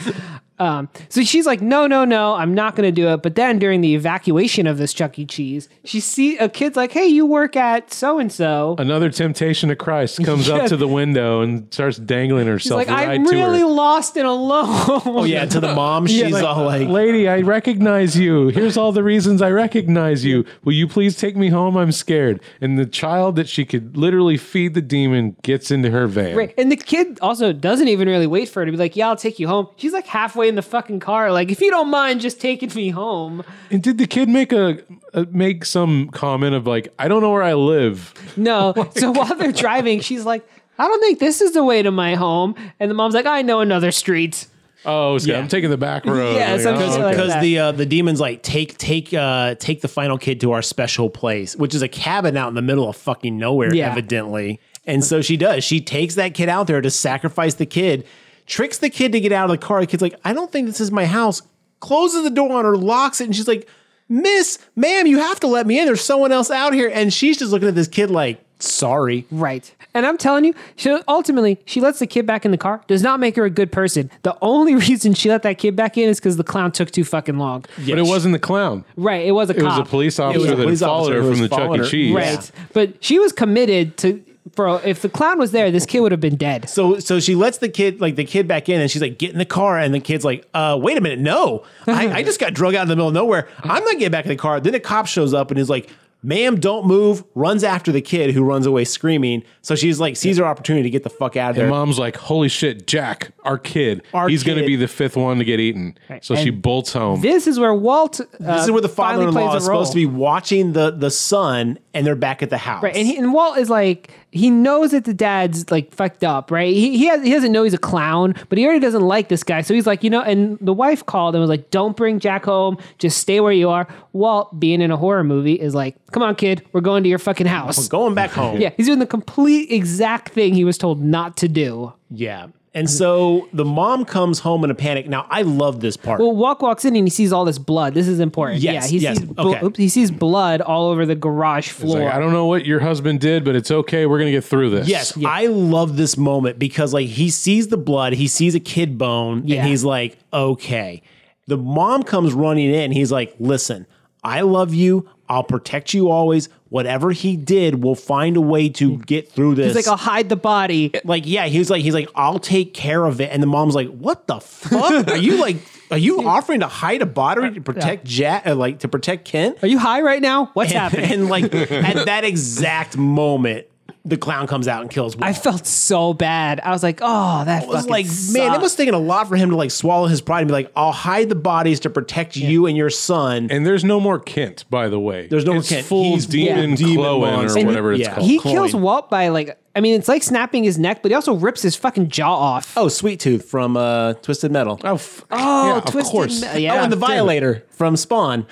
S1: Um, so she's like, no, no, no, I'm not going to do it. But then during the evacuation of this Chuck E. Cheese, she see a kid's like, hey, you work at so and so.
S2: Another temptation of Christ comes up
S1: Yeah.
S2: to the window and starts dangling
S1: She's
S2: herself
S1: like,
S2: right
S1: I'm
S2: to
S1: really
S2: her.
S1: lost and alone. Oh
S3: Oh *laughs* yeah, to the mom, she's
S2: Yeah, like,
S3: all like,
S2: lady, I recognize you. Here's all the reasons I recognize you. Will you please take me home? I'm scared. And the child that she could literally feed the demon gets into her van.
S1: Right. And the kid also doesn't even really wait for her to be like, yeah, I'll take you home. She's like halfway in the fucking car. Like, if you don't mind just taking me home.
S2: And did the kid make a, a make some comment of like, I don't know where I live? *laughs*
S1: No.
S2: Oh
S1: so while they're driving, she's like, I don't think this is the way to my home. And the mom's like, I know another street.
S2: Oh, so I'm taking the back road.
S1: Yeah,
S2: Like,
S1: some
S2: oh,
S1: shit
S2: okay.
S1: like
S3: because
S1: that.
S3: the uh, the demons like take take uh take the final kid to our special place, which is a cabin out in the middle of fucking nowhere,
S1: Yeah.
S3: evidently. And so she does. She takes that kid out there to sacrifice the kid, tricks the kid to get out of the car. The kid's like, "I don't think this is my house." Closes the door on her, locks it, and she's like, "Miss, ma'am, you have to let me in. There's someone else out here." And she's just looking at this kid like, "Sorry."
S1: Right. And I'm telling you, she ultimately she lets the kid back in the car. Does not make her a good person. The only *laughs* reason she let that kid back in is because the clown took too fucking long.
S2: But it wasn't the clown.
S1: Right. It was a
S2: It was
S1: cop.
S2: a police officer
S3: was a
S2: that
S3: police
S2: had followed her
S3: officer who
S2: from the
S3: was
S2: Chuck E.
S3: following her.
S2: Cheese.
S1: Right. But she was committed to for if the clown was there, this kid would have been dead.
S3: So so she lets the kid like the kid back in and she's like, get in the car. And the kid's like, uh, wait a minute, no. I, I just got drug out in the middle of nowhere. I'm not getting back in the car. Then a cop shows up and is like, ma'am, don't move, runs after the kid who runs away screaming. So she's like sees her opportunity to get the fuck out of there.
S2: And mom's like, holy shit, Jack, our kid,
S3: Our
S2: he's going to
S3: kid.
S2: be the fifth one to get eaten. So she
S1: And
S2: bolts home.
S1: This is where Walt. Uh,
S3: this is where the
S1: finally
S3: father-in-law
S1: plays a
S3: is supposed to
S1: role.
S3: be watching the the son, and they're back at the house.
S1: Right, and, he, and Walt is like he knows that the dad's like fucked up, right? He he, has, he doesn't know he's a clown, but he already doesn't like this guy, so he's like, you know. And the wife called and was like, "Don't bring Jack home. Just stay where you are." Walt, being in a horror movie, is like, "Come on, kid, we're going to your fucking house."
S3: going back home.
S1: Yeah, he's doing the complete exact thing he was told not to do.
S3: yeah. And so the mom comes home in a panic. Now I love this part.
S1: Well, Walk walks in and he sees all this blood. This is important. yeah,
S3: Yes,
S1: he
S3: yes,
S1: sees bl-
S3: okay.
S1: oops, he sees blood all over the garage
S2: It's
S1: floor.
S2: like, I don't know what your husband did, but it's okay. We're going to get through this.
S3: Yes, I love this moment because like he sees the blood, he sees a kid bone,
S1: Yeah.
S3: and he's like, okay. The mom comes running in. He's like, listen, I love you. I'll protect you always. Whatever he did, we'll find a way to get through this.
S1: Mm. He's like, I'll hide the body.
S3: Like, yeah, he was like, he's like, I'll take care of it. And the mom's like, what
S1: *laughs*
S3: the fuck? Are you like, are you offering to hide a body to protect Jack, uh, like to protect Kent?
S1: Are you high right now? *laughs* What's
S3: And,
S1: happening?
S3: *laughs* and, like at that exact moment, the clown comes out and kills. Will.
S1: I felt so bad. I was like, oh, that
S3: was
S1: fucking
S3: like, man, it must have taken a lot for him to like swallow his pride and be like, I'll hide the bodies to protect you and your son.
S2: And there's no more Kent, by the way.
S3: There's no more
S2: It's
S3: Kent.
S2: Full
S3: He's full
S2: demon,
S3: demon
S2: Cloen or
S3: monster. And
S2: whatever it's
S3: yeah.
S2: called.
S1: he
S3: coin.
S1: kills Walt by like, I mean, it's like snapping his neck, but he also rips his fucking jaw off.
S3: oh, Sweet Tooth from uh, Twisted Metal.
S2: oh, f-
S1: Oh,
S2: yeah, of
S1: Twisted
S2: course.
S1: Me- yeah.
S3: oh, and the
S1: God damn it.
S3: Violator
S1: *laughs*
S3: from *laughs* Spawn.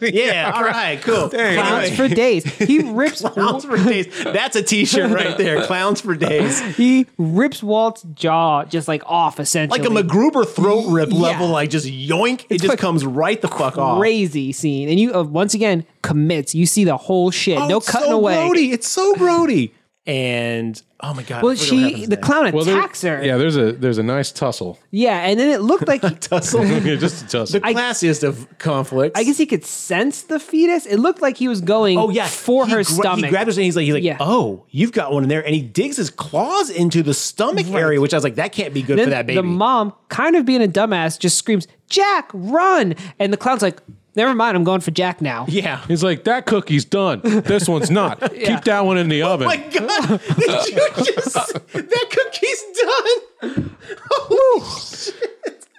S3: yeah, all right, cool.
S1: Clowns
S3: Anyway,
S1: for days. He
S3: *laughs*
S1: rips *laughs*
S3: Clowns for days. That's a T-shirt right there. Clowns
S1: *laughs*
S3: for days.
S1: he rips Walt's jaw just like off essentially.
S3: Like a MacGruber throat rip
S1: Yeah.
S3: level, like just yoink. It just
S1: fucking
S3: comes right the fuck off.
S1: crazy scene. And you uh, once again commits. You see the whole shit.
S3: Oh,
S1: no
S3: it's
S1: cutting
S3: so
S1: away.
S3: Brody. It's so Brody. And oh my god. I
S1: Well,
S3: forget what
S1: she
S3: happens
S1: the
S3: next. *laughs*
S1: clown
S2: Well, there-
S1: attacks her.
S2: Yeah, there's a there's a nice tussle.
S1: Yeah, and then it looked
S3: *laughs*
S1: like *laughs*
S3: tussle.
S2: Yeah, *laughs* just a tussle.
S3: The classiest of conflicts.
S1: I guess he could sense the fetus. It looked like he was going.
S3: Oh yeah,
S1: for
S3: He
S1: her
S3: gra-
S1: stomach.
S3: He grabbed her and he's like, he's like,
S1: Yeah.
S3: oh, you've got one in there, and he digs his claws into the stomach area, which I was like, that can't be good
S1: then
S3: for that baby.
S1: the mom, kind of being a dumbass, just screams, "Jack, run!" And the clown's like, Never mind, I'm going for Jack now. *laughs*
S3: Yeah. Oh
S2: He's like, that cookie's done. This one's not.
S1: Yeah.
S2: Keep that one in the oven.
S1: *laughs*
S3: My God, did you just that cookie's done?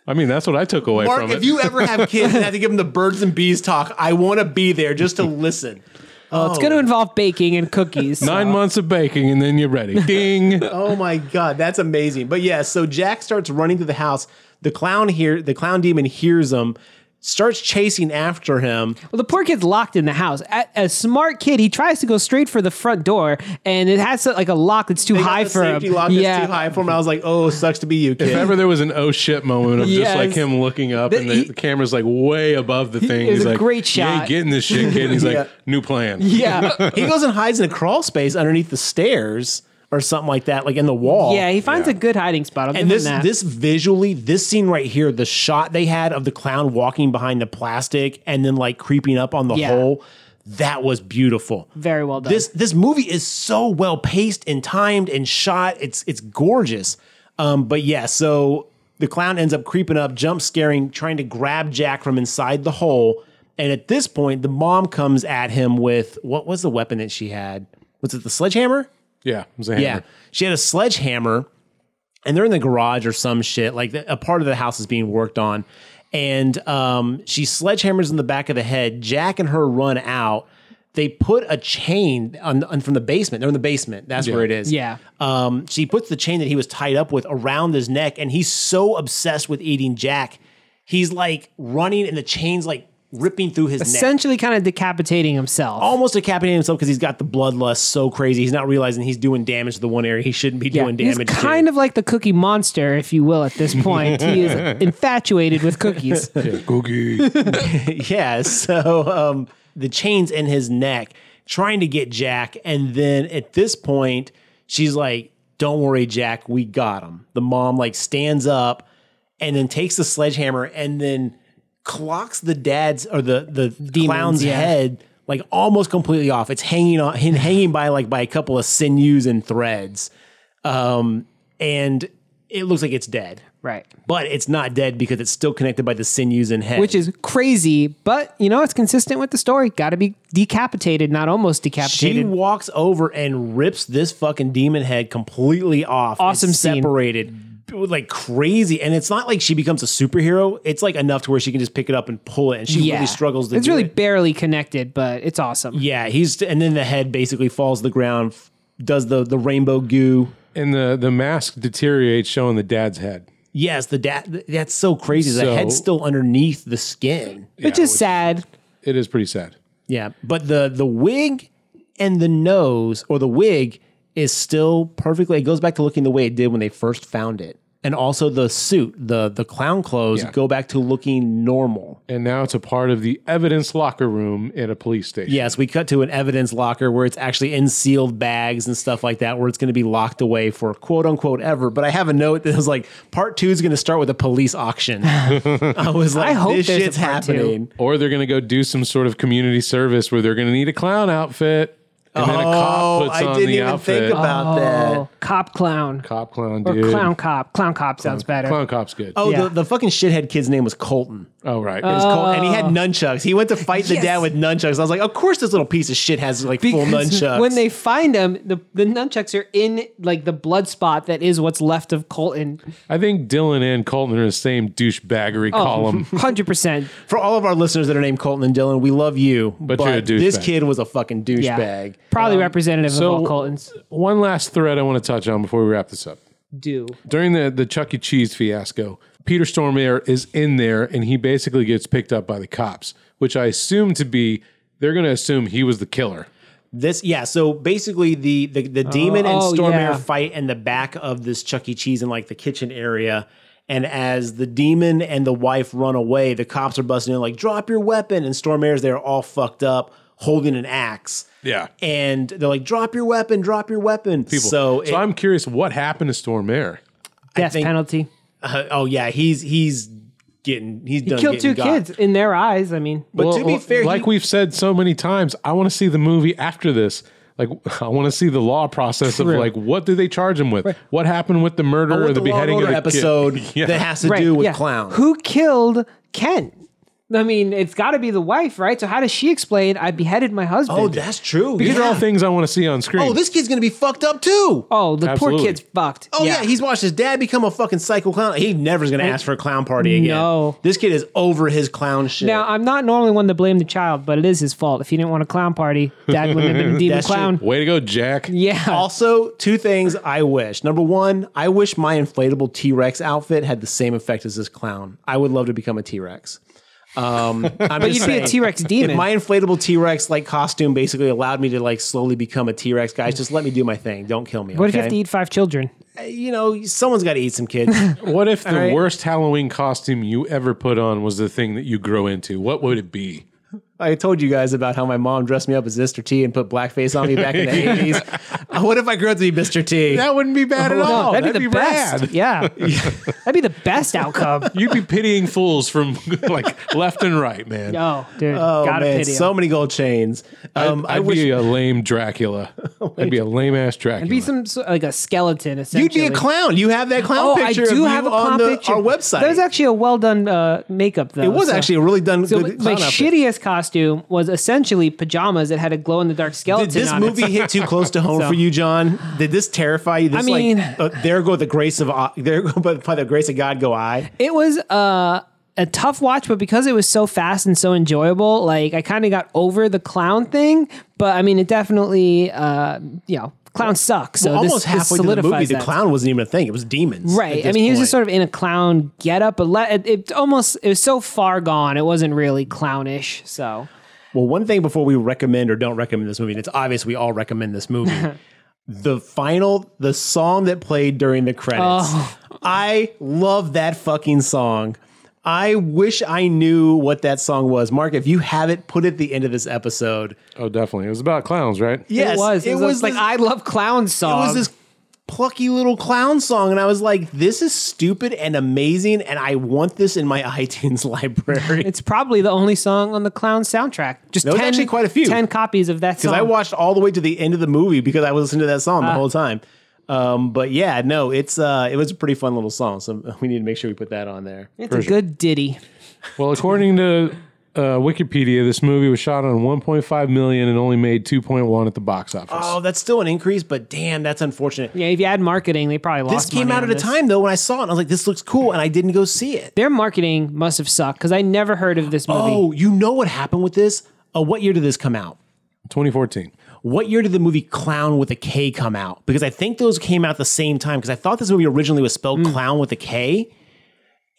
S2: I mean, that's what I took away
S3: Mark,
S2: from it.
S3: if you ever have kids and have to give them the birds and bees talk, I want to be there just to *laughs* listen.
S1: Well, it's going to involve baking and cookies.
S2: Nine months of baking and then you're ready. Ding.
S3: oh my god, that's amazing. But yeah, so Jack starts running through the house. The clown here, the clown demon hears him, starts chasing after him.
S1: Well, the poor kid's locked in the house. A, a smart kid, he tries to go straight for the front door, and it has like a lock that's too
S3: They got
S1: high
S3: the
S1: for him.
S3: safety lock that's too high for him. I was like, oh, sucks to be you, kid.
S2: If ever there was an oh shit moment of
S1: Yes.
S2: just like him looking up and the, the camera's like way above the thing,
S1: it was
S2: he's
S1: a
S2: like,
S1: great
S2: You
S1: shot."
S2: ain't getting this shit, kid. And he's like,
S3: Yeah.
S2: new
S1: *laughs*
S2: plan.
S3: *laughs*
S1: Yeah.
S3: he goes and hides in a crawl space underneath the stairs or something like that, like in the wall.
S1: Yeah, he finds a good hiding spot. I'll give
S3: Oh, and this
S1: him that.
S3: this visually this scene right here the shot they had of the clown walking behind the plastic and then like creeping up on the
S1: Yeah.
S3: hole that was beautiful
S1: very well done.
S3: this this movie is so well paced and timed and shot it's it's gorgeous um but yeah so the clown ends up creeping up jump scaring trying to grab jack from inside the hole and at this point the mom comes at him with what was the weapon that she had was it the sledgehammer
S2: Yeah. It was a hammer.
S3: yeah. She had a sledgehammer and they're in the garage or some shit. Like a part of the house is being worked on. And um, she sledgehammers in the back of the head. Jack and her run out. They put a chain on, on from the basement. They're in the basement. That's where it is.
S1: Yeah.
S3: Um, she puts the chain that he was tied up with around his neck, and he's so obsessed with eating Jack, he's like running, and the chain's like ripping through his neck
S1: Essentially, kind of decapitating himself.
S3: almost decapitating himself because he's got the bloodlust so crazy. He's not realizing he's doing damage to the one area he shouldn't be doing
S1: he's
S3: damage
S1: kind
S3: to.
S1: of like the cookie monster, if you will, at this point. he
S3: *laughs*
S1: is infatuated with cookies.
S3: yeah. *laughs* So um, the chains in his neck, trying to get Jack, and then at this point, she's like, "Don't worry, Jack, we got him." The mom like stands up and then takes the sledgehammer and then clocks the dad's or the the clown's
S1: yeah.
S3: head like almost completely off. It's hanging on him hanging by like by a couple of sinews and threads. Um and it looks like it's dead.
S1: Right.
S3: But it's not dead because it's still connected by the sinews and head.
S1: Which is crazy, but you know, it's consistent with the story. Got to be decapitated, not almost
S3: she
S1: decapitated.
S3: walks over and rips this fucking demon head completely off.
S1: Awesome
S3: It's
S1: scene.
S3: separated. Like crazy, and it's not like she becomes a superhero. It's like enough to where she can just pick it up and pull it, and she really struggles. To
S1: It's
S3: do
S1: really
S3: it.
S1: barely connected, but it's awesome.
S3: Yeah, he's and then the head basically falls to the ground, f- does the the rainbow goo.
S2: *laughs* And the, the mask deteriorates showing the dad's head.
S3: Yes, the dad. That's so crazy. the
S2: So-
S3: head's still underneath the skin.
S1: which is sad.
S2: It is pretty sad.
S3: Yeah, but the the wig and the nose or the wig is still perfectly. It goes back to looking the way it did when they first found it, and also the suit, the the clown clothes
S2: Yeah.
S3: go back to looking normal.
S2: And now it's a part of the evidence locker room in a police station.
S3: Yes, we cut to an evidence locker where it's actually in sealed bags and stuff like that, where it's going to be locked away for quote unquote ever. But I have a note that was like, part two is going to start with a police
S1: *laughs*
S3: auction. I was like,
S1: I hope
S3: this
S1: there's a
S3: shit's
S1: part two.
S3: happening.
S2: Or they're going to go do some sort of community service where they're going to need a clown outfit. And then a cop
S3: Oh,
S2: puts
S3: I
S2: on
S3: didn't
S2: the
S3: even
S2: outfit.
S3: think about that.
S1: Oh, cop clown
S2: cop clown,
S1: or
S2: dude.
S1: clown cop. Clown cop sounds better.
S2: Clown cop's good.
S3: Oh,
S1: Yeah.
S3: the, the fucking shithead kid's name was Colton.
S2: Oh, right.
S1: uh,
S3: It was Colton, and he had nunchucks. He went to fight the
S1: Oh. Yes.
S3: dad with nunchucks. I was like, of course, this little piece of shit has like full
S1: Because
S3: nunchucks.
S1: When they find him, the, the nunchucks are in like the blood spot that is what's left of
S3: *laughs*
S1: Colton.
S2: I think Dylan and Colton are in the same douchebaggery
S1: oh. *laughs*
S2: column.
S1: Hundred percent.
S3: for all of our listeners that are named Colton and Dylan, we love you, but,
S2: you're a
S3: this
S2: douchebag.
S3: kid was a fucking
S1: Yeah.
S3: douchebag. Um,
S1: Probably representative
S2: so-
S1: of all Coltons.
S2: One last thread I want to touch on before we wrap this up.
S1: Do.
S2: During the, the Chuck E. Cheese fiasco, Peter Stormare is in there and he basically gets picked up by the cops, which I assume to be they're going to assume he was the killer.
S3: This, yeah. So basically, the the, the demon and
S1: oh,
S3: Stormare
S1: yeah.
S3: fight in the back of this Chuck E. Cheese in like the kitchen area. And as the demon and the wife run away, the cops are busting in like, "Drop your weapon!" And Stormare's there, all fucked up, holding an axe.
S2: Yeah.
S3: And they're like, "Drop your weapon! Drop your weapon!"
S2: People.
S3: So, it-
S2: I'm curious what happened to Stormare.
S1: Death
S3: think-
S1: penalty.
S3: Uh, oh yeah, he's he's getting he's done.
S1: Killed two
S3: getting got.
S1: kids in their eyes. I mean,
S3: But to be fair,
S2: like
S3: he-
S2: we've said so many times, I want to see the movie after this. Like, *laughs* I want to see the law process
S1: True.
S2: of like, what do they charge him with? What happened with the
S3: I
S2: murder
S3: want
S2: or the
S3: the Law
S2: *laughs*
S3: and
S2: beheading of
S3: Order
S2: the kid?
S3: episode
S2: Yeah.
S3: that has to do with clown.
S1: Who killed Ken? I mean, it's got to be the wife, right? So how does she explain? I beheaded my husband.
S3: Oh, that's true.
S2: These are all things I want to see on screen.
S3: Oh, this kid's gonna be fucked up too.
S1: Oh, the poor kid's fucked.
S3: Oh yeah. he's watched his dad become a fucking psycho clown. He never's gonna ask for a clown party again.
S1: No.
S3: this kid is over his clown shit.
S1: Now, I'm not normally one to blame the child, but it is his fault. If he didn't want a clown party, dad wouldn't
S3: *laughs*
S1: have been a demon
S3: That's true.
S1: clown.
S2: Way to go, Jack.
S1: Yeah.
S3: *laughs* Also, two things I wish. Number one, I wish my inflatable T Rex outfit had the same effect as this clown. I would love to become a T Rex. Um, I'm
S1: *laughs* But
S3: just
S1: you'd be a
S3: saying,
S1: T-Rex demon.
S3: If my inflatable T Rex like costume basically allowed me to like slowly become a T Rex, guys, just let me do my thing. Don't kill me.
S1: What if you
S3: okay?
S1: have to eat five children?
S3: You know, someone's got to eat
S1: *laughs*
S3: some kids.
S2: What if the
S3: All right.
S2: worst Halloween costume you ever put on was the thing that you grow into? What would it be?
S3: I told you guys about how my mom dressed me up as Mr. T and put blackface on me back in
S1: *laughs*
S3: the 80s. Uh, What if I grew up to be Mr. T? Oh,
S2: That wouldn't be
S3: *laughs*
S2: bad at
S1: No,
S2: all.
S1: that'd, be the best.
S2: rad.
S1: Yeah. that'd be the best
S3: *laughs*
S1: outcome.
S2: You'd be pitying fools from like left and right, man.
S1: Yo, dude,
S3: Oh
S1: gotta
S3: man,
S1: pity him.
S3: so many gold chains. Um,
S2: I'd
S3: I wish
S2: be a lame
S3: *laughs*
S2: Dracula. I'd be a lame ass Dracula.
S1: It'd be some so- like a skeleton. Essentially,
S3: You'd be a clown. You have that clown
S1: Oh, I
S3: picture. of
S1: do
S3: you
S1: have a
S3: on
S1: clown
S3: the-
S1: picture.
S3: Our website.
S1: That was actually a well done uh, makeup, though.
S3: it was
S1: so-
S3: actually a really done.
S1: So
S3: good
S1: my
S3: clown outfit.
S1: shittiest costume was essentially pajamas that had a glow in the dark skeleton.
S3: Did this
S1: on it.
S3: movie hit too close to
S1: *laughs*
S3: home
S1: So-
S3: for you, John? Did this terrify you? This,
S1: I mean-
S3: like, uh, there go the grace of uh, there go *laughs* but by the grace of God go I.
S1: It was uh, a tough watch, but because it was so fast and so enjoyable, like I kind of got over the clown thing. But I mean, it definitely, uh, you know, clowns suck. So
S3: Well,
S1: this-
S3: almost
S1: this
S3: halfway through the movie,
S1: solidifies
S3: the
S1: that.
S3: clown wasn't even a thing. It was demons.
S1: Right. I mean, he was just sort of in a clown getup, but le- it, it almost it was so far gone. It wasn't really clownish. So
S3: Well, one thing before we recommend or don't recommend this movie, and it's obvious we all recommend this movie.
S1: *laughs*
S3: the final, the song that played during the credits.
S1: Oh.
S3: I love that fucking song. I wish I knew what that song was. Mark, if you have it, put it at the end of this episode.
S2: oh, definitely. It was about clowns, right?
S3: Yes,
S1: it was. It, was, like
S3: this-
S1: I love clown song.
S3: It was this plucky little clown song, and I was like, "This is stupid and amazing, and I want this in my *laughs* iTunes library."
S1: It's probably the only song on the clown soundtrack. Just
S3: There was
S1: 10,
S3: actually quite a few.
S1: ten copies of that
S3: because
S1: song.
S3: I watched all the way to the end of the movie because I was listening to that song the whole time. Um, but yeah, no, it's uh, it was a pretty fun little song, so *laughs* we need to make sure we put that on there.
S1: It's a good ditty.
S2: Well, according to uh, Wikipedia, this movie was shot on 1.5 million and only made 2.1 at the box office.
S3: Oh, that's still an increase, but damn, that's unfortunate.
S1: Yeah, if you add marketing, they probably lost.
S3: This came
S1: money
S3: out
S1: on
S3: at a
S1: this.
S3: time though when I saw it, and I was like, "This looks cool," and I didn't go see it.
S1: Their marketing must have sucked because I never heard of this movie.
S3: Oh, you know what happened with this? Uh, what year did this come out?
S2: 2014.
S3: What year did the movie Clown with a K come out? Because I think those came out the same time. Because I thought this movie originally was spelled Clown with a K,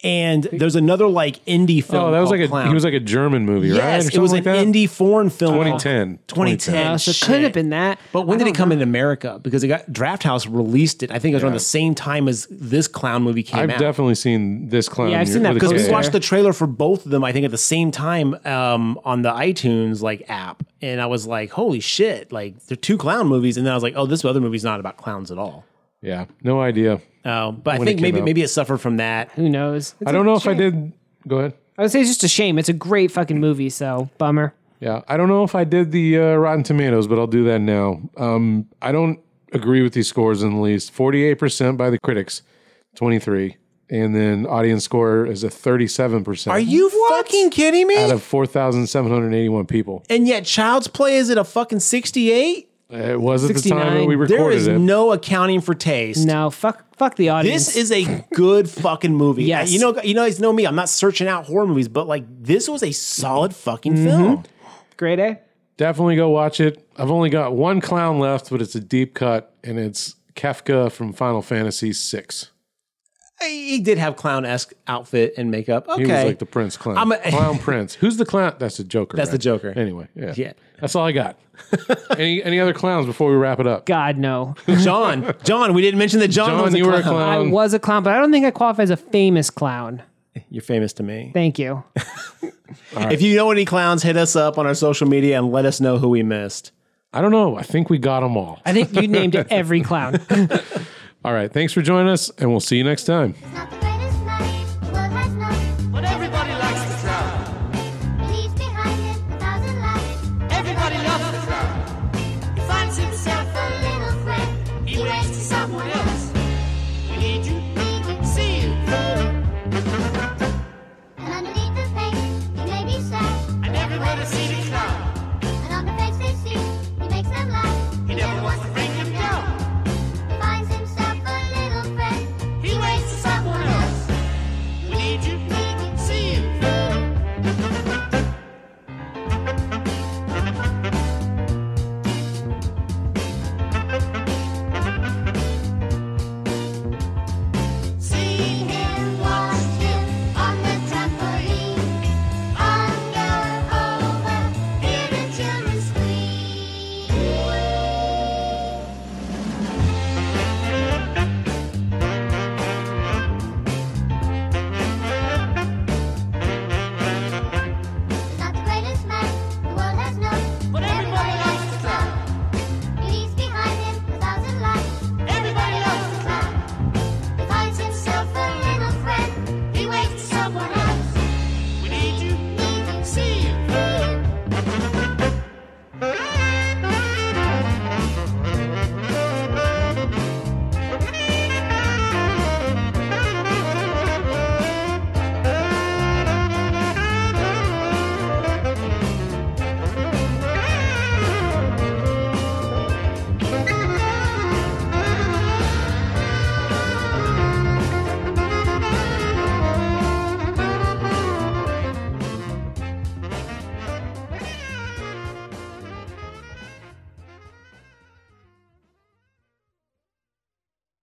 S3: and there's another like indie film.
S2: Oh, that was like a
S3: Clown.
S2: he was like a German movie, right? Or
S3: Yes, it
S2: something
S3: was
S2: like
S3: an
S2: that?
S3: indie foreign film.
S2: 2010.
S3: 2010.
S1: Uh, so it
S3: Shit.
S1: could have been that.
S3: But when
S1: I
S3: did it
S1: don't
S3: come in America? Because it got Draft House released it. I think it was around the same time as this clown movie came
S2: I've
S3: out.
S2: definitely seen this clown.
S1: Yeah, I've
S2: here
S1: seen that
S2: with a
S3: because we
S2: K.
S3: watched the trailer for both of them, I think at the same time um, on the iTunes like app, and I was like, "Holy shit!" Like they're two clown movies, and then I was like, "Oh, this other movie's not about clowns at all."
S2: Yeah, no idea.
S3: Uh, but I
S2: When it
S3: think
S2: came
S3: maybe
S2: out.
S3: maybe it suffered from that.
S1: Who knows?
S2: I don't know if I did. Go ahead.
S1: I would say it's just a shame. It's a great fucking movie. So bummer.
S2: Yeah, I don't know if I did the uh, Rotten Tomatoes, but I'll do that now. Um, I don't agree with these scores in the least. Forty-eight percent by the critics, twenty-three, and then audience score is a thirty-seven percent.
S3: Are you fucking kidding me?
S2: out of four thousand seven hundred eighty-one people?
S3: and yet, Child's Play is at a fucking sixty-eight.
S2: It was at the time that
S1: 69.
S2: we recorded
S3: There is
S2: it.
S3: no accounting for taste.
S1: No, fuck, fuck the audience.
S3: This is a good fucking movie.
S1: Yes.
S3: you know, you guys know me. I'm not searching out horror movies, but like this was a solid fucking
S2: Mm-hmm.
S3: film.
S1: great, eh?
S2: Definitely go watch it. I've only got one clown left, but it's a deep cut, and it's Kefka from Final Fantasy VI.
S3: He did have clown esque outfit and makeup. Okay,
S2: He was like the Prince Clown.
S3: I'm a- *laughs*
S2: clown Prince. Who's the clown? That's the Joker.
S3: That's the
S2: right?
S3: Joker.
S2: Anyway, yeah.
S3: Yeah.
S2: That's all I got. *laughs* any any other clowns before we wrap it up?
S1: God no.
S3: John. John, we didn't mention that John,
S2: John,
S3: was a
S2: you were a
S3: clown.
S1: I
S2: clown.
S1: was a clown, but I don't think I qualify as a famous clown.
S3: You're famous to me.
S1: Thank you.
S3: If you know any clowns, hit us up on our social media and let us know who we missed.
S2: I don't know. I think we got them all.
S1: I think *laughs* you named every clown.
S2: All right. Thanks for joining us, and we'll see you next time.
S11: Not the greatest marriage the world has known.
S4: But everybody likes the clown.
S11: It leaves behind it a thousand lies.
S4: Everybody loves the clown.
S11: He finds himself a little friend. He waits to someone else.
S4: We need you.
S11: Need you,
S4: See you.
S11: and underneath the paint, he makes
S4: gonna see